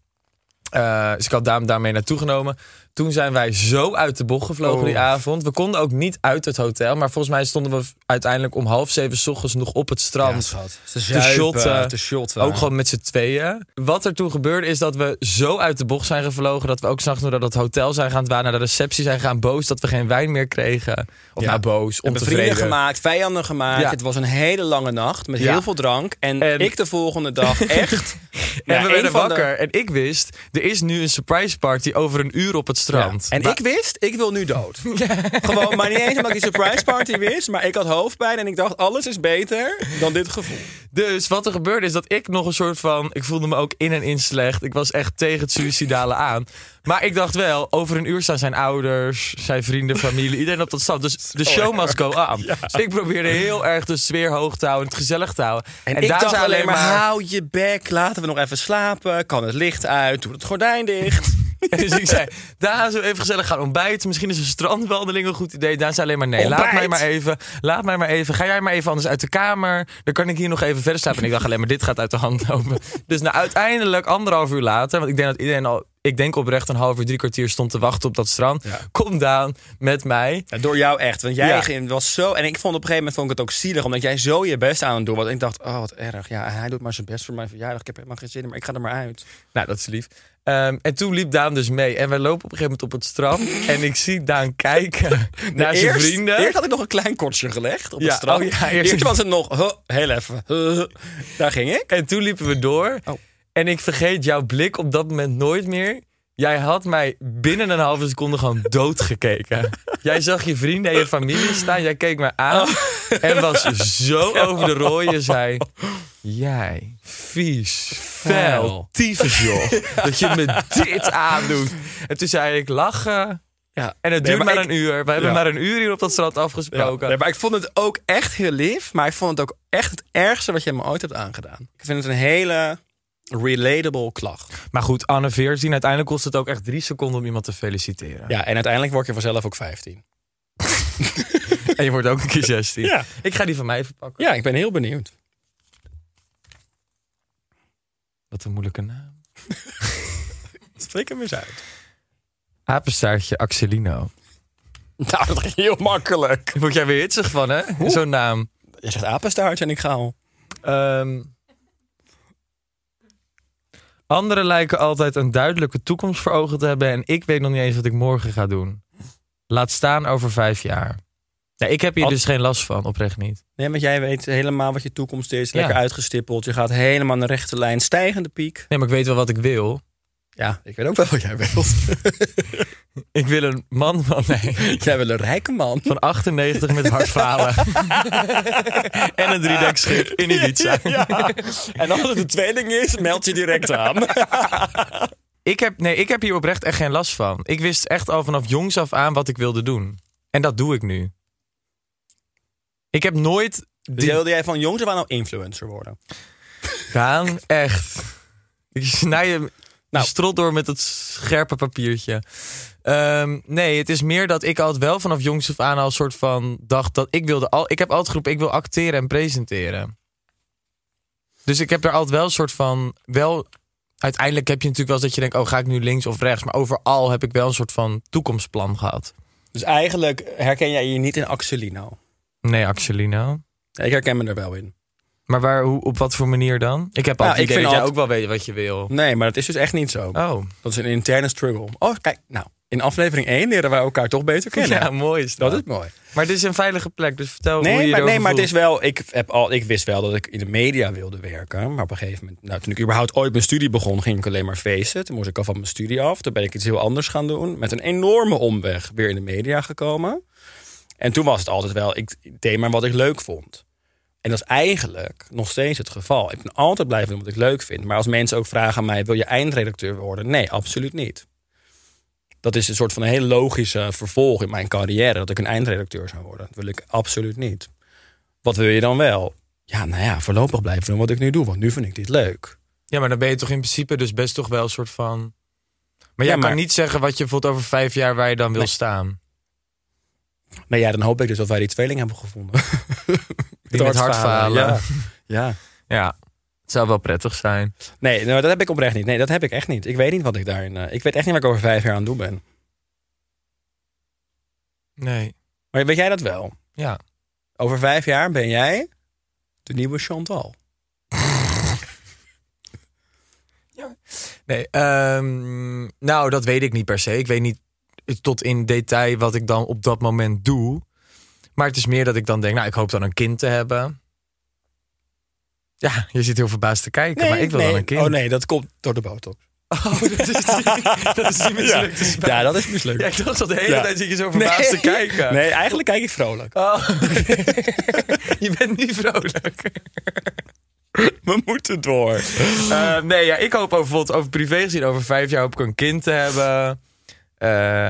[SPEAKER 1] Eh, dus ik had Daan daarmee naartoe genomen. Toen zijn wij zo uit de bocht gevlogen die
[SPEAKER 2] Oh.
[SPEAKER 1] avond. We konden ook niet uit het hotel. Maar volgens mij stonden we uiteindelijk om half zeven 's ochtends nog op het strand.
[SPEAKER 2] Te
[SPEAKER 1] zuipen,
[SPEAKER 2] shotten.
[SPEAKER 1] te
[SPEAKER 2] shotten.
[SPEAKER 1] Ook gewoon met z'n tweeën. Wat er toen gebeurde is dat we zo uit de bocht zijn gevlogen... dat we ook s'nachts naar dat hotel zijn gaan dwalen... naar de receptie zijn gaan boos dat we geen wijn meer kregen. Of
[SPEAKER 2] Ja.
[SPEAKER 1] nou boos,
[SPEAKER 2] hebben vrienden
[SPEAKER 1] ontevreden.
[SPEAKER 2] gemaakt, vijanden gemaakt.
[SPEAKER 1] Ja.
[SPEAKER 2] Het was een hele lange nacht met
[SPEAKER 1] Ja.
[SPEAKER 2] heel veel drank. En,
[SPEAKER 1] En-
[SPEAKER 2] ik de volgende dag echt...
[SPEAKER 1] En
[SPEAKER 2] Ja,
[SPEAKER 1] we
[SPEAKER 2] een
[SPEAKER 1] werden
[SPEAKER 2] van de-
[SPEAKER 1] wakker en ik wist... er is nu een surprise party over een uur op het strand.
[SPEAKER 2] Ja. En ik wist, ik wil nu dood. Gewoon, maar niet eens omdat ik die surprise party wist. Maar ik had hoofdpijn en ik dacht, alles is beter dan dit gevoel.
[SPEAKER 1] Dus wat er gebeurde is dat ik nog een soort van... Ik voelde me ook in en in slecht. Ik was echt tegen het suïcidale aan. Maar ik dacht wel, over een uur staan zijn ouders, zijn vrienden, familie... iedereen op dat stand. Dus de show must go on. Dus ik probeerde heel erg de sfeer hoog te houden... en het gezellig te houden.
[SPEAKER 2] En, ik dacht alleen maar, hou je bek, laten we nog even slapen. Kan het licht uit, doe het gordijn dicht.
[SPEAKER 1] Dus ik zei, Daan, zullen we even gezellig gaan ontbijten? Misschien is een strandwandeling een goed idee. Daan zei alleen maar, nee, laat
[SPEAKER 2] Ontbijt?
[SPEAKER 1] mij maar even. Laat mij maar even. Ga jij maar even anders uit de kamer. Dan kan ik hier nog even verder slapen. En ik dacht alleen maar, dit gaat uit de hand lopen. Dus nou, uiteindelijk, anderhalf uur later... want ik denk dat iedereen al ik denk oprecht een half uur, drie kwartier stond te wachten op dat strand.
[SPEAKER 2] Ja.
[SPEAKER 1] Kom Daan met mij.
[SPEAKER 2] Ja, door jou echt. Want jij
[SPEAKER 1] Ja.
[SPEAKER 2] ging- was zo. En ik vond op een gegeven moment vond ik het ook zielig. Omdat jij zo je best aan het doen was. En ik dacht, oh wat erg. Ja, hij doet maar zijn best voor mijn verjaardag. Ik heb helemaal geen zin in, maar ik ga er maar uit.
[SPEAKER 1] Nou, dat is lief. Ehm, en toen liep Daan dus mee. En wij lopen op een gegeven moment op het strand. en ik zie Daan kijken naar zijn
[SPEAKER 2] eerst,
[SPEAKER 1] vrienden.
[SPEAKER 2] Eerst had ik nog een klein kortje gelegd op
[SPEAKER 1] Ja,
[SPEAKER 2] het strand.
[SPEAKER 1] oh ja, eerst-
[SPEAKER 2] eerst... was het nog, huh, heel even. huh, daar ging ik.
[SPEAKER 1] En toen liepen we door.
[SPEAKER 2] Oh.
[SPEAKER 1] En ik vergeet jouw blik op dat moment nooit meer. Jij had mij binnen een halve seconde gewoon doodgekeken. Jij zag je vrienden en je familie staan. Jij keek me aan en was zo over de rooie. Je zei, jij vies, vuil, tyfus joh. Dat je me dit aandoet. En toen zei ik, lachen.
[SPEAKER 2] Ja.
[SPEAKER 1] En
[SPEAKER 2] Nee,
[SPEAKER 1] het duurt maar,
[SPEAKER 2] maar
[SPEAKER 1] een uur. We hebben
[SPEAKER 2] Ja.
[SPEAKER 1] maar een uur hier op dat strand
[SPEAKER 2] Ja,
[SPEAKER 1] afgesproken.
[SPEAKER 2] nee, maar ik vond het ook echt heel lief. Maar ik vond het ook echt het ergste wat jij me ooit hebt aangedaan. Ik vind het een hele relatable klacht.
[SPEAKER 1] Maar goed, Anne Veerzien. Uiteindelijk kost het ook echt drie seconden om iemand te feliciteren.
[SPEAKER 2] Ja, en uiteindelijk word je vanzelf ook 15.
[SPEAKER 1] En je wordt ook een keer 16.
[SPEAKER 2] Ja.
[SPEAKER 1] Ik ga die van mij even pakken.
[SPEAKER 2] Ja, ik ben heel benieuwd.
[SPEAKER 1] Wat een moeilijke naam.
[SPEAKER 2] Spreek hem eens uit.
[SPEAKER 1] Apenstaartje Axelino.
[SPEAKER 2] Nou, dat ging heel makkelijk.
[SPEAKER 1] Daar word jij weer hitsig van, hè? Zo'n naam.
[SPEAKER 2] Je zegt apenstaartje en ik ga al.
[SPEAKER 1] Ehm, anderen lijken altijd een duidelijke toekomst voor ogen te hebben. En ik weet nog niet eens wat ik morgen ga doen. Laat staan over vijf jaar. Nee, ik heb hier
[SPEAKER 2] Ad-
[SPEAKER 1] dus geen last van, oprecht niet.
[SPEAKER 2] Nee, want jij weet helemaal wat je toekomst is.
[SPEAKER 1] Ja.
[SPEAKER 2] Lekker uitgestippeld. Je gaat helemaal een rechte lijn. Stijgende piek.
[SPEAKER 1] Nee, maar ik weet wel wat ik wil.
[SPEAKER 2] Ja, ik weet ook wel wat jij wilt.
[SPEAKER 1] Ik wil een man van, nee,
[SPEAKER 2] jij wil een rijke man.
[SPEAKER 1] van 98 met hartfalen. en een driedekschip in Ibiza.
[SPEAKER 2] En als het een tweeling is, meld je direct aan.
[SPEAKER 1] Ik heb, nee, ik heb hier oprecht echt geen last van. Ik wist echt al vanaf jongs af aan wat ik wilde doen. En dat doe ik nu. Ik heb nooit...
[SPEAKER 2] Dus
[SPEAKER 1] Die...
[SPEAKER 2] jij wilde jij van jongs af aan al influencer worden?
[SPEAKER 1] Daan, echt. Ik snij hem
[SPEAKER 2] Nou.
[SPEAKER 1] strot door met dat scherpe papiertje. Ehm, nee, het is meer dat ik altijd wel vanaf jongs af aan al een soort van dacht dat ik wilde... Al, ik heb altijd groep, ik wil acteren en presenteren. Dus ik heb daar altijd wel een soort van... Wel, uiteindelijk heb je natuurlijk wel eens dat je denkt... oh, ga ik nu links of rechts? Maar overal heb ik wel een soort van toekomstplan gehad.
[SPEAKER 2] Dus eigenlijk herken jij je niet in Axelino.
[SPEAKER 1] Nee, Axelino.
[SPEAKER 2] Ik herken me er wel in.
[SPEAKER 1] Maar waar, hoe, op wat voor manier dan? Ik heb
[SPEAKER 2] Nou,
[SPEAKER 1] altijd
[SPEAKER 2] ik
[SPEAKER 1] het idee
[SPEAKER 2] vind
[SPEAKER 1] dat jij
[SPEAKER 2] altijd-
[SPEAKER 1] ook wel weet wat je wil.
[SPEAKER 2] Nee, maar dat is dus echt niet zo.
[SPEAKER 1] Oh,
[SPEAKER 2] Dat is een interne struggle. Oh, kijk, nou, in aflevering 1 leren wij elkaar toch beter kennen.
[SPEAKER 1] ja, mooi is dat.
[SPEAKER 2] Nou, dat is mooi.
[SPEAKER 1] Maar dit is een veilige plek, dus vertel hoe je
[SPEAKER 2] Nee, maar,
[SPEAKER 1] erover
[SPEAKER 2] nee, maar het is
[SPEAKER 1] voelt.
[SPEAKER 2] wel. Ik, heb al, ik wist wel dat ik in de media wilde werken. Maar op een gegeven moment. Nou, toen ik überhaupt ooit mijn studie begon, ging ik alleen maar feesten. Toen moest ik al van mijn studie af. Toen ben ik iets heel anders gaan doen. Met een enorme omweg weer in de media gekomen. En toen was het altijd wel. Ik deed maar wat ik leuk vond. En dat is eigenlijk nog steeds het geval. Ik ben altijd blijven doen wat ik leuk vind. Maar als mensen ook vragen aan mij: wil je eindredacteur worden? Nee, absoluut niet. Dat is een soort van een heel logische vervolg in mijn carrière. Dat ik een eindredacteur zou worden. Dat wil ik absoluut niet wat wil je dan wel? Ja, nou ja, voorlopig blijven doen wat ik nu doe, want nu vind ik dit leuk.
[SPEAKER 1] Ja, maar dan ben je toch in principe dus best toch wel een soort van... Maar
[SPEAKER 2] Ja,
[SPEAKER 1] jij
[SPEAKER 2] maar-
[SPEAKER 1] kan niet zeggen wat je voelt over vijf jaar waar je dan wil
[SPEAKER 2] Nee.
[SPEAKER 1] staan.
[SPEAKER 2] Nou ja, dan hoop ik dus dat wij die tweeling hebben gevonden.
[SPEAKER 1] Die met hartfalen.
[SPEAKER 2] Ja. ja.
[SPEAKER 1] Ja, het zou wel prettig zijn.
[SPEAKER 2] Nee, nou, dat heb ik oprecht niet. Nee, dat heb ik echt niet. Ik weet niet wat ik daarin... eh, ik weet echt niet waar ik over vijf jaar aan het doen ben.
[SPEAKER 1] Nee,
[SPEAKER 2] Maar weet jij dat wel?
[SPEAKER 1] ja.
[SPEAKER 2] Over vijf jaar ben jij de nieuwe Chantal.
[SPEAKER 1] Nee, ehm, nou, dat weet ik niet per se. Ik weet niet tot in detail wat ik dan op dat moment doe. Maar het is meer dat ik dan denk, nou, ik hoop dan een kind te hebben. Ja, je zit heel verbaasd te kijken, maar ik wil
[SPEAKER 2] nee.
[SPEAKER 1] dan een kind.
[SPEAKER 2] Oh nee, dat komt door de botox.
[SPEAKER 1] Oh, dat is die, dat is die mislukte
[SPEAKER 2] ja.
[SPEAKER 1] spijt.
[SPEAKER 2] Ja, dat is mislukt.
[SPEAKER 1] Ja, ik dacht dat de hele
[SPEAKER 2] Ja.
[SPEAKER 1] tijd zit je zo verbaasd te kijken.
[SPEAKER 2] Nee, eigenlijk kijk ik vrolijk.
[SPEAKER 1] Oh. je bent niet vrolijk.
[SPEAKER 2] We moeten door.
[SPEAKER 1] Eh, nee, ja, ik hoop over, bijvoorbeeld over privé gezien over vijf jaar hoop ik een kind te hebben. Eh,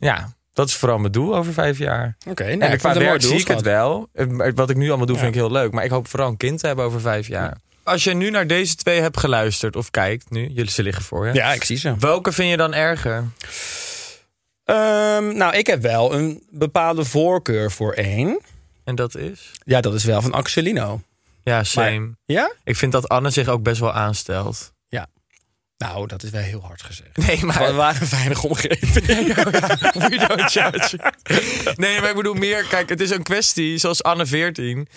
[SPEAKER 1] ja, dat is vooral mijn doel over vijf jaar.
[SPEAKER 2] Oké, nou,
[SPEAKER 1] en
[SPEAKER 2] ik
[SPEAKER 1] qua
[SPEAKER 2] vind het een mooi
[SPEAKER 1] werk zie
[SPEAKER 2] doel,
[SPEAKER 1] ik het
[SPEAKER 2] schat.
[SPEAKER 1] wel. Eh, maar Wat ik nu allemaal doe vind ik heel leuk. Maar ik hoop vooral een kind te hebben over vijf jaar. Als je nu naar deze twee hebt geluisterd of kijkt nu. Jullie ze liggen voor je.
[SPEAKER 2] Ja, ik zie ze.
[SPEAKER 1] Welke vind je dan erger?
[SPEAKER 2] Ehm, nou, ik heb wel een bepaalde voorkeur voor één.
[SPEAKER 1] En dat is?
[SPEAKER 2] Ja, dat is wel van Axelino.
[SPEAKER 1] Ja, same.
[SPEAKER 2] Ja?
[SPEAKER 1] Ik vind dat Anne zich ook best wel aanstelt.
[SPEAKER 2] Ja. Nou, dat is wel heel hard gezegd.
[SPEAKER 1] Nee,
[SPEAKER 2] Maar we
[SPEAKER 1] maar...
[SPEAKER 2] waren een veilige omgeving.
[SPEAKER 1] We don't judge. Nee, maar ik bedoel meer... Kijk, het is een kwestie, zoals Anne 14...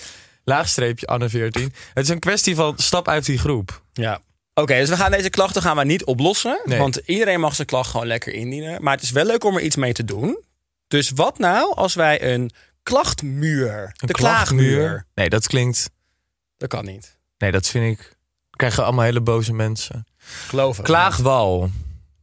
[SPEAKER 1] Laagstreepje Anne 14. Het is een kwestie van stap uit die groep.
[SPEAKER 2] Ja. Oké, dus we gaan deze klachten gaan we niet oplossen.
[SPEAKER 1] Nee.
[SPEAKER 2] Want iedereen mag zijn klacht gewoon lekker indienen. Maar het is wel leuk om er iets mee te doen. Dus wat nou als wij een klachtmuur, de klaagmuur,
[SPEAKER 1] Nee, dat klinkt...
[SPEAKER 2] dat kan niet.
[SPEAKER 1] Nee, dat vind ik... Krijgen we allemaal hele boze mensen.
[SPEAKER 2] Geloof het.
[SPEAKER 1] Klaagwal.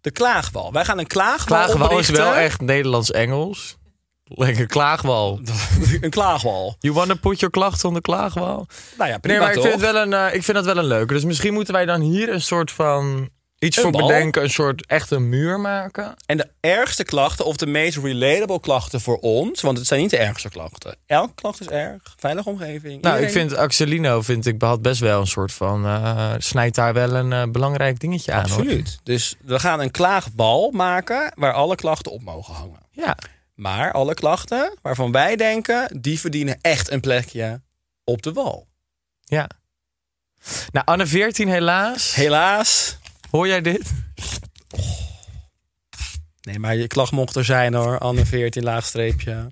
[SPEAKER 2] De klaagwal. Wij gaan een klaagwal
[SPEAKER 1] Klaagwal is
[SPEAKER 2] oprichten.
[SPEAKER 1] wel echt Nederlands-Engels. Lekker klaagwal.
[SPEAKER 2] een klaagwal.
[SPEAKER 1] You wanna put your klacht on de klaagwal?
[SPEAKER 2] Nou ja, prima
[SPEAKER 1] Nee, maar ik
[SPEAKER 2] toch?
[SPEAKER 1] vind, het wel een, eh, ik vind dat wel een leuke. Dus misschien moeten wij dan hier een soort van... Iets
[SPEAKER 2] Een
[SPEAKER 1] voor
[SPEAKER 2] bal?
[SPEAKER 1] bedenken, een soort echt een muur maken.
[SPEAKER 2] En de ergste klachten, of de meest relatable klachten voor ons... want het zijn niet de ergste klachten. Elke klacht is erg. Veilige omgeving.
[SPEAKER 1] Nou, ik
[SPEAKER 2] Iedereen-
[SPEAKER 1] vind Axelino, vind ik, had best wel een soort van... eh snijdt daar wel een eh, belangrijk dingetje aan. hoor.
[SPEAKER 2] Absoluut. Dus we gaan een klaagwal maken waar alle klachten op mogen hangen.
[SPEAKER 1] Ja.
[SPEAKER 2] Maar alle klachten waarvan wij denken, die verdienen echt een plekje op de wal.
[SPEAKER 1] ja. Nou, Anne 14 helaas.
[SPEAKER 2] Helaas.
[SPEAKER 1] Hoor jij dit?
[SPEAKER 2] Nee, maar je klacht mocht er zijn hoor. Anne 14 laagstreepje.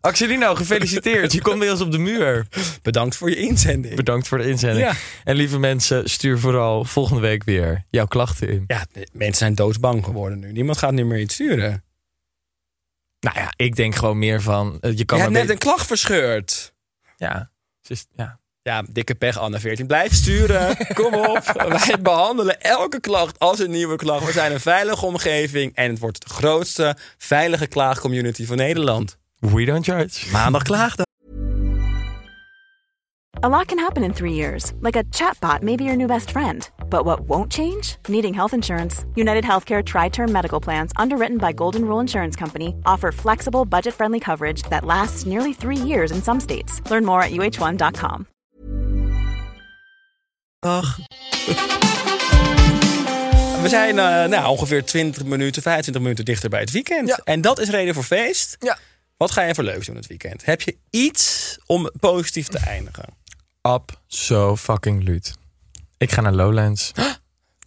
[SPEAKER 1] Axelino, gefeliciteerd. Je komt bij ons op de muur.
[SPEAKER 2] Bedankt voor je inzending.
[SPEAKER 1] Bedankt voor de inzending.
[SPEAKER 2] Ja.
[SPEAKER 1] En lieve mensen, stuur vooral volgende week weer jouw klachten in.
[SPEAKER 2] ja, de mensen zijn doodsbang geworden nu. Niemand gaat nu meer iets sturen.
[SPEAKER 1] Nou ja, ik denk gewoon meer van... eh, je
[SPEAKER 2] Je
[SPEAKER 1] kan
[SPEAKER 2] hebt
[SPEAKER 1] maar
[SPEAKER 2] net een klacht verscheurd.
[SPEAKER 1] be- Ja. Het is- ja.
[SPEAKER 2] Ja, dikke pech Anne 14. Blijf sturen. Kom op. Wij behandelen elke klacht als een nieuwe klacht. We zijn een veilige omgeving en het wordt de grootste veilige klaagcommunity van Nederland.
[SPEAKER 1] We don't judge.
[SPEAKER 2] Maandag klaagde.
[SPEAKER 3] A lot can happen in three years, like a chatbot may be your new best friend. But what won't change? Needing health insurance. United Healthcare Tri Term Medical Plans, underwritten by Golden Rule Insurance Company, offer flexible, budget friendly coverage that lasts nearly three years in some states. Learn more at uh1.com.
[SPEAKER 2] We zijn eh, nou, ongeveer 20 minuten, 25 minuten dichter bij het weekend.
[SPEAKER 1] Ja.
[SPEAKER 2] En dat is reden voor feest.
[SPEAKER 1] Ja.
[SPEAKER 2] Wat ga je voor leuks doen het weekend? Heb je iets om positief te eindigen?
[SPEAKER 1] Ab zo fucking luut. Ik ga naar Lowlands.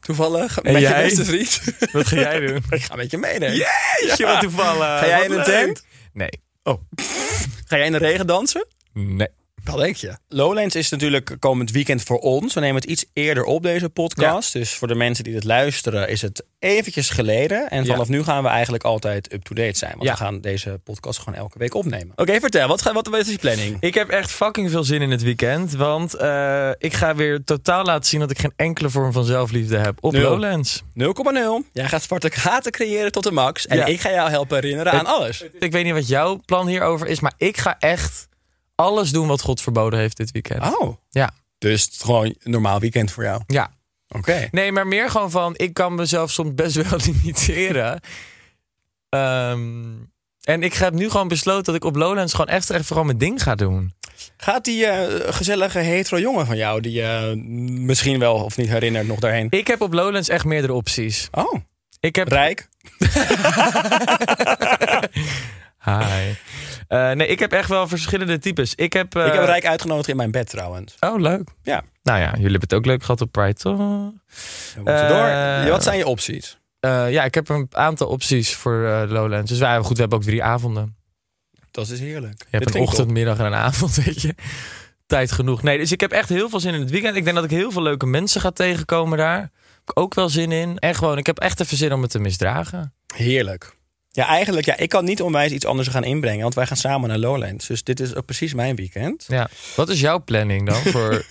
[SPEAKER 2] Toevallig
[SPEAKER 1] En
[SPEAKER 2] met
[SPEAKER 1] jij?
[SPEAKER 2] je beste vriend.
[SPEAKER 1] Wat ga jij doen?
[SPEAKER 2] Ik ga met je meedenken.
[SPEAKER 1] Jeetje, wat toevallig.
[SPEAKER 2] Ga jij
[SPEAKER 1] Wat
[SPEAKER 2] in een
[SPEAKER 1] leuk. Oh.
[SPEAKER 2] tent?
[SPEAKER 1] Nee.
[SPEAKER 2] Ga jij in de regen dansen?
[SPEAKER 1] Nee.
[SPEAKER 2] Wat denk je? Lowlands is natuurlijk komend weekend voor ons. We nemen het iets eerder op deze podcast. Dus voor de mensen die dit luisteren is het eventjes geleden. En
[SPEAKER 1] Ja.
[SPEAKER 2] vanaf nu gaan we eigenlijk altijd up-to-date zijn. Want
[SPEAKER 1] Ja.
[SPEAKER 2] we gaan deze podcast gewoon elke week opnemen. Oké, vertel. Wat, ga- wat, wat is je planning?
[SPEAKER 1] Ik heb echt fucking veel zin in het weekend. Want eh, ik ga weer totaal laten zien dat ik geen enkele vorm van zelfliefde heb op
[SPEAKER 2] Nul.
[SPEAKER 1] Lowlands.
[SPEAKER 2] 0,0. Jij gaat zwarte gaten creëren tot de max. En
[SPEAKER 1] Ja.
[SPEAKER 2] ik ga jou helpen herinneren aan alles.
[SPEAKER 1] Ik weet niet wat jouw plan hierover is, maar ik ga echt alles doen wat God verboden heeft dit weekend.
[SPEAKER 2] Oh.
[SPEAKER 1] Ja.
[SPEAKER 2] Dus het is gewoon een normaal weekend voor jou.
[SPEAKER 1] Ja.
[SPEAKER 2] Oké.
[SPEAKER 1] Nee, maar meer gewoon van, ik kan mezelf soms best wel limiteren. Ehm, en ik heb nu gewoon besloten dat ik op Lowlands gewoon echt even gewoon mijn ding ga doen.
[SPEAKER 2] Gaat die eh, gezellige hetero jongen van jou, die je misschien wel of niet herinnert, nog daarheen?
[SPEAKER 1] Ik heb op Lowlands echt meerdere opties.
[SPEAKER 2] Oh.
[SPEAKER 1] Ik heb...
[SPEAKER 2] Rijk?
[SPEAKER 1] Hi. Eh, nee, ik heb echt wel verschillende types. Ik heb... eh,
[SPEAKER 2] ik heb Rijk uitgenodigd in mijn bed trouwens.
[SPEAKER 1] Oh, leuk.
[SPEAKER 2] Ja.
[SPEAKER 1] Nou ja, jullie hebben het ook leuk gehad op Pride, toch?
[SPEAKER 2] We moeten
[SPEAKER 1] Eh,
[SPEAKER 2] door. Ja, Wat zijn je opties?
[SPEAKER 1] Eh, ja, ik heb een aantal opties voor eh, Lowlands. Dus wij hebben goed, we hebben ook drie avonden.
[SPEAKER 2] Dat is heerlijk.
[SPEAKER 1] Je hebt een ochtend, middag en een avond, weet je. Tijd genoeg. Nee, dus ik heb echt heel veel zin in het weekend. Ik denk dat ik heel veel leuke mensen ga tegenkomen daar. Heb ik ook wel zin in. En gewoon, ik heb echt even zin om het te misdragen.
[SPEAKER 2] Heerlijk. Ja, eigenlijk, ja, ik kan niet onwijs iets anders gaan inbrengen, want wij gaan samen naar Lowlands. Dus dit is ook precies mijn weekend.
[SPEAKER 1] Ja. Wat is jouw planning dan voor...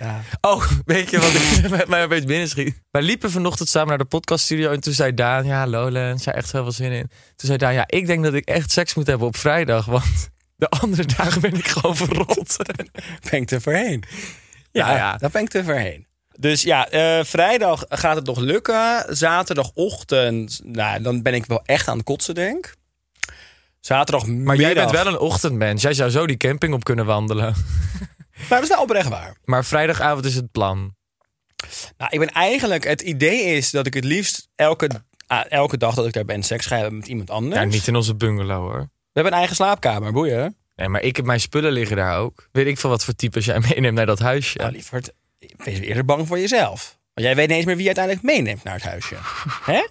[SPEAKER 2] Ja.
[SPEAKER 1] Oh, weet je wat ik met mij opeens binnenschiet? Wij liepen vanochtend samen naar de podcaststudio en toen zei Daan, ja Lowlands, zei echt heel veel zin in. Toen zei Daan, ja ik denk dat ik echt seks moet hebben op vrijdag, want de andere dagen ben ik gewoon verrot.
[SPEAKER 2] Ben ik er voorheen?
[SPEAKER 1] Ja, ja.
[SPEAKER 2] daar ben ik er voorheen. Dus ja, eh, vrijdag gaat het nog lukken. Zaterdagochtend, nou, dan ben ik wel echt aan het kotsen, denk ik. Zaterdagmiddag.
[SPEAKER 1] Maar jij bent wel een ochtendmens, jij zou zo die camping op kunnen wandelen.
[SPEAKER 2] Maar dat is nou oprecht waar.
[SPEAKER 1] Maar vrijdagavond is het plan.
[SPEAKER 2] Nou, ik ben eigenlijk... Het idee is dat ik het liefst elke, ah, elke dag dat ik daar ben... seks ga hebben met iemand anders.
[SPEAKER 1] Ja, niet in onze bungalow hoor.
[SPEAKER 2] We hebben een eigen slaapkamer, boeien.
[SPEAKER 1] Nee, maar ik heb mijn spullen liggen daar ook. Weet ik veel wat voor types jij meeneemt naar dat huisje.
[SPEAKER 2] Nou, lieverd, wees eerder bang voor jezelf. Want jij weet niet eens meer wie je uiteindelijk meeneemt naar het huisje. Hè?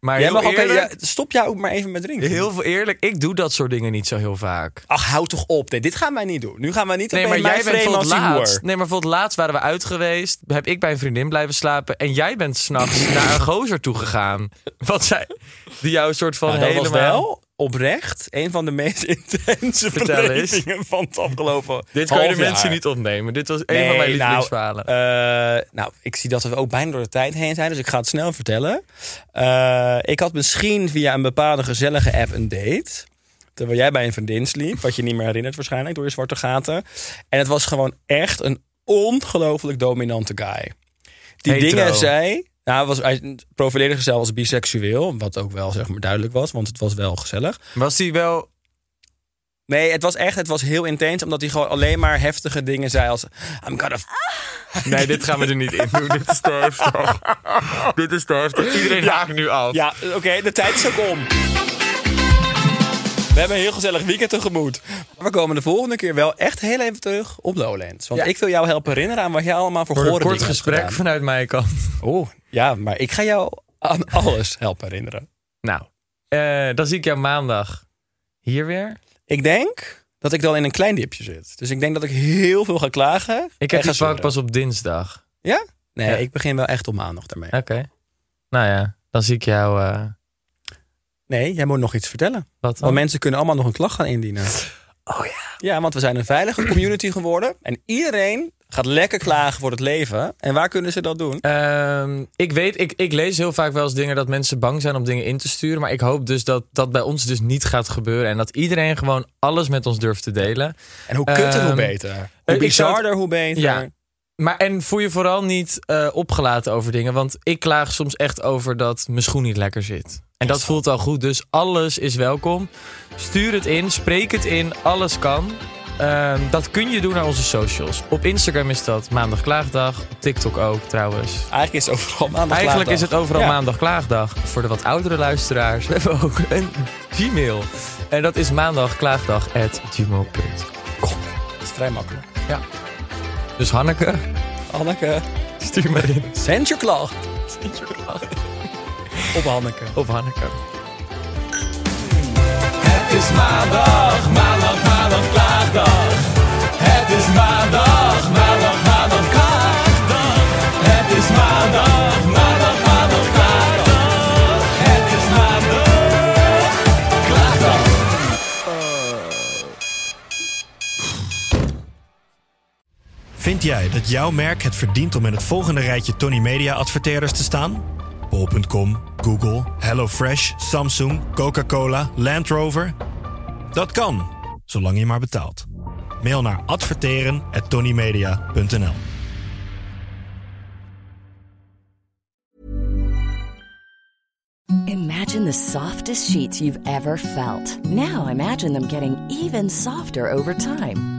[SPEAKER 1] Maar
[SPEAKER 2] Jij
[SPEAKER 1] heel
[SPEAKER 2] mag ook,
[SPEAKER 1] eerlijk,
[SPEAKER 2] ja, stop jou ook maar even met drinken.
[SPEAKER 1] heel veel eerlijk, ik doe dat soort dingen niet zo heel vaak.
[SPEAKER 2] Ach, hou toch op. Nee, dit gaan wij niet doen. Nu gaan wij niet
[SPEAKER 1] Nee, maar
[SPEAKER 2] opeens
[SPEAKER 1] jij
[SPEAKER 2] mij
[SPEAKER 1] bent voor
[SPEAKER 2] framen
[SPEAKER 1] het
[SPEAKER 2] als die hoer.
[SPEAKER 1] laatst. Nee, maar voor het laatst waren we uit geweest. Heb ik bij een vriendin blijven slapen. En jij bent s'nachts naar een gozer toegegaan. Wat zij. Die jou een soort van
[SPEAKER 2] Nou, dat
[SPEAKER 1] helemaal.
[SPEAKER 2] was wel oprecht een van de meest intense
[SPEAKER 1] Vertel eens.
[SPEAKER 2] belevingen van het afgelopen
[SPEAKER 1] Dit kan je de
[SPEAKER 2] half jaar.
[SPEAKER 1] mensen niet opnemen. Dit was
[SPEAKER 2] Nee,
[SPEAKER 1] een van mijn
[SPEAKER 2] nou,
[SPEAKER 1] lievelingsverhalen.
[SPEAKER 2] eh, nou, ik zie dat we ook bijna door de tijd heen zijn, dus ik ga het snel vertellen. Eh, ik had misschien via een bepaalde gezellige app een date. Terwijl jij bij een vriendin sliep, wat je niet meer herinnert waarschijnlijk door je zwarte gaten. En het was gewoon echt een ongelooflijk dominante guy. Die
[SPEAKER 1] Hetero.
[SPEAKER 2] dingen zei. Nou, was, hij profileerde zichzelf als biseksueel, wat ook wel zeg maar duidelijk was, want het was wel gezellig.
[SPEAKER 1] was die wel.
[SPEAKER 2] Nee, het was echt, het was heel intens, omdat hij gewoon alleen maar heftige dingen zei als I'm gonna
[SPEAKER 1] Nee, dit gaan we er niet in doen. dit is te heftig. dit is te heftig. Iedereen haakt nu af.
[SPEAKER 2] Ja, eh, oké, de tijd is ook om. We hebben een heel gezellig weekend tegemoet. We komen de volgende keer wel echt heel even terug op Lowlands. Want
[SPEAKER 1] Ja.
[SPEAKER 2] ik wil jou helpen herinneren aan wat jij allemaal voor
[SPEAKER 1] Voor een
[SPEAKER 2] gore
[SPEAKER 1] kort
[SPEAKER 2] dingen hebt
[SPEAKER 1] gesprek
[SPEAKER 2] gedaan.
[SPEAKER 1] vanuit mijn kant.
[SPEAKER 2] Oeh, ja, maar ik ga jou aan alles helpen herinneren.
[SPEAKER 1] Nou, eh, dan zie ik jou maandag hier weer.
[SPEAKER 2] Ik denk dat ik dan in een klein dipje zit. Dus ik denk dat ik heel veel ga klagen.
[SPEAKER 1] Ik
[SPEAKER 2] en
[SPEAKER 1] heb
[SPEAKER 2] ga
[SPEAKER 1] die zwak
[SPEAKER 2] zeuren.
[SPEAKER 1] pas op dinsdag.
[SPEAKER 2] Ja? Nee,
[SPEAKER 1] Ja.
[SPEAKER 2] ik begin wel echt op maandag daarmee.
[SPEAKER 1] Oké. Nou ja, dan zie ik jou. eh,
[SPEAKER 2] Nee, jij moet nog iets vertellen.
[SPEAKER 1] wat
[SPEAKER 2] Want
[SPEAKER 1] dan?
[SPEAKER 2] mensen kunnen allemaal nog een klacht gaan indienen.
[SPEAKER 1] Oh ja.
[SPEAKER 2] Ja, want we zijn een veilige community geworden. En iedereen gaat lekker klagen voor het leven. En waar kunnen ze dat doen?
[SPEAKER 1] Ehm, ik weet, ik, ik lees heel vaak wel eens dingen dat mensen bang zijn om dingen in te sturen. Maar ik hoop dus dat dat bij ons dus niet gaat gebeuren. En dat iedereen gewoon alles met ons durft te delen.
[SPEAKER 2] En hoe kutter,
[SPEAKER 1] Ehm,
[SPEAKER 2] hoe beter. Hoe
[SPEAKER 1] ik zou-
[SPEAKER 2] bizarder, hoe beter.
[SPEAKER 1] Ja. Maar en voel je vooral niet eh, opgelaten over dingen. Want ik klaag soms echt over dat mijn schoen niet lekker zit. En dat voelt al goed. Dus alles is welkom. Stuur het in, spreek het in, alles kan. Ehm, dat kun je doen naar onze socials. Op Instagram is dat maandag klaagdag. Op TikTok ook trouwens.
[SPEAKER 2] Eigenlijk is het overal maandag
[SPEAKER 1] Eigenlijk is het overal
[SPEAKER 2] maandag.
[SPEAKER 1] maandag klaagdag. Voor de wat oudere luisteraars we hebben ook een Gmail. En dat is maandagklaagdag.gmail.com.
[SPEAKER 2] Dat is vrij makkelijk.
[SPEAKER 1] Dus Hanneke,
[SPEAKER 2] Hanneke,
[SPEAKER 1] stuur maar in.
[SPEAKER 2] zend je klacht. Op Hanneke.
[SPEAKER 1] Of Hanneke.
[SPEAKER 4] Vind jij dat jouw merk het verdient om in het volgende rijtje Tony Media adverteerders te staan? Bol.com, Google, HelloFresh, Samsung, Coca-Cola, Land Rover? Dat kan, zolang je maar betaalt. Mail naar adverteren@tonymedia.nl.
[SPEAKER 5] Imagine the softest sheets you've ever felt. Now imagine them getting even softer over time.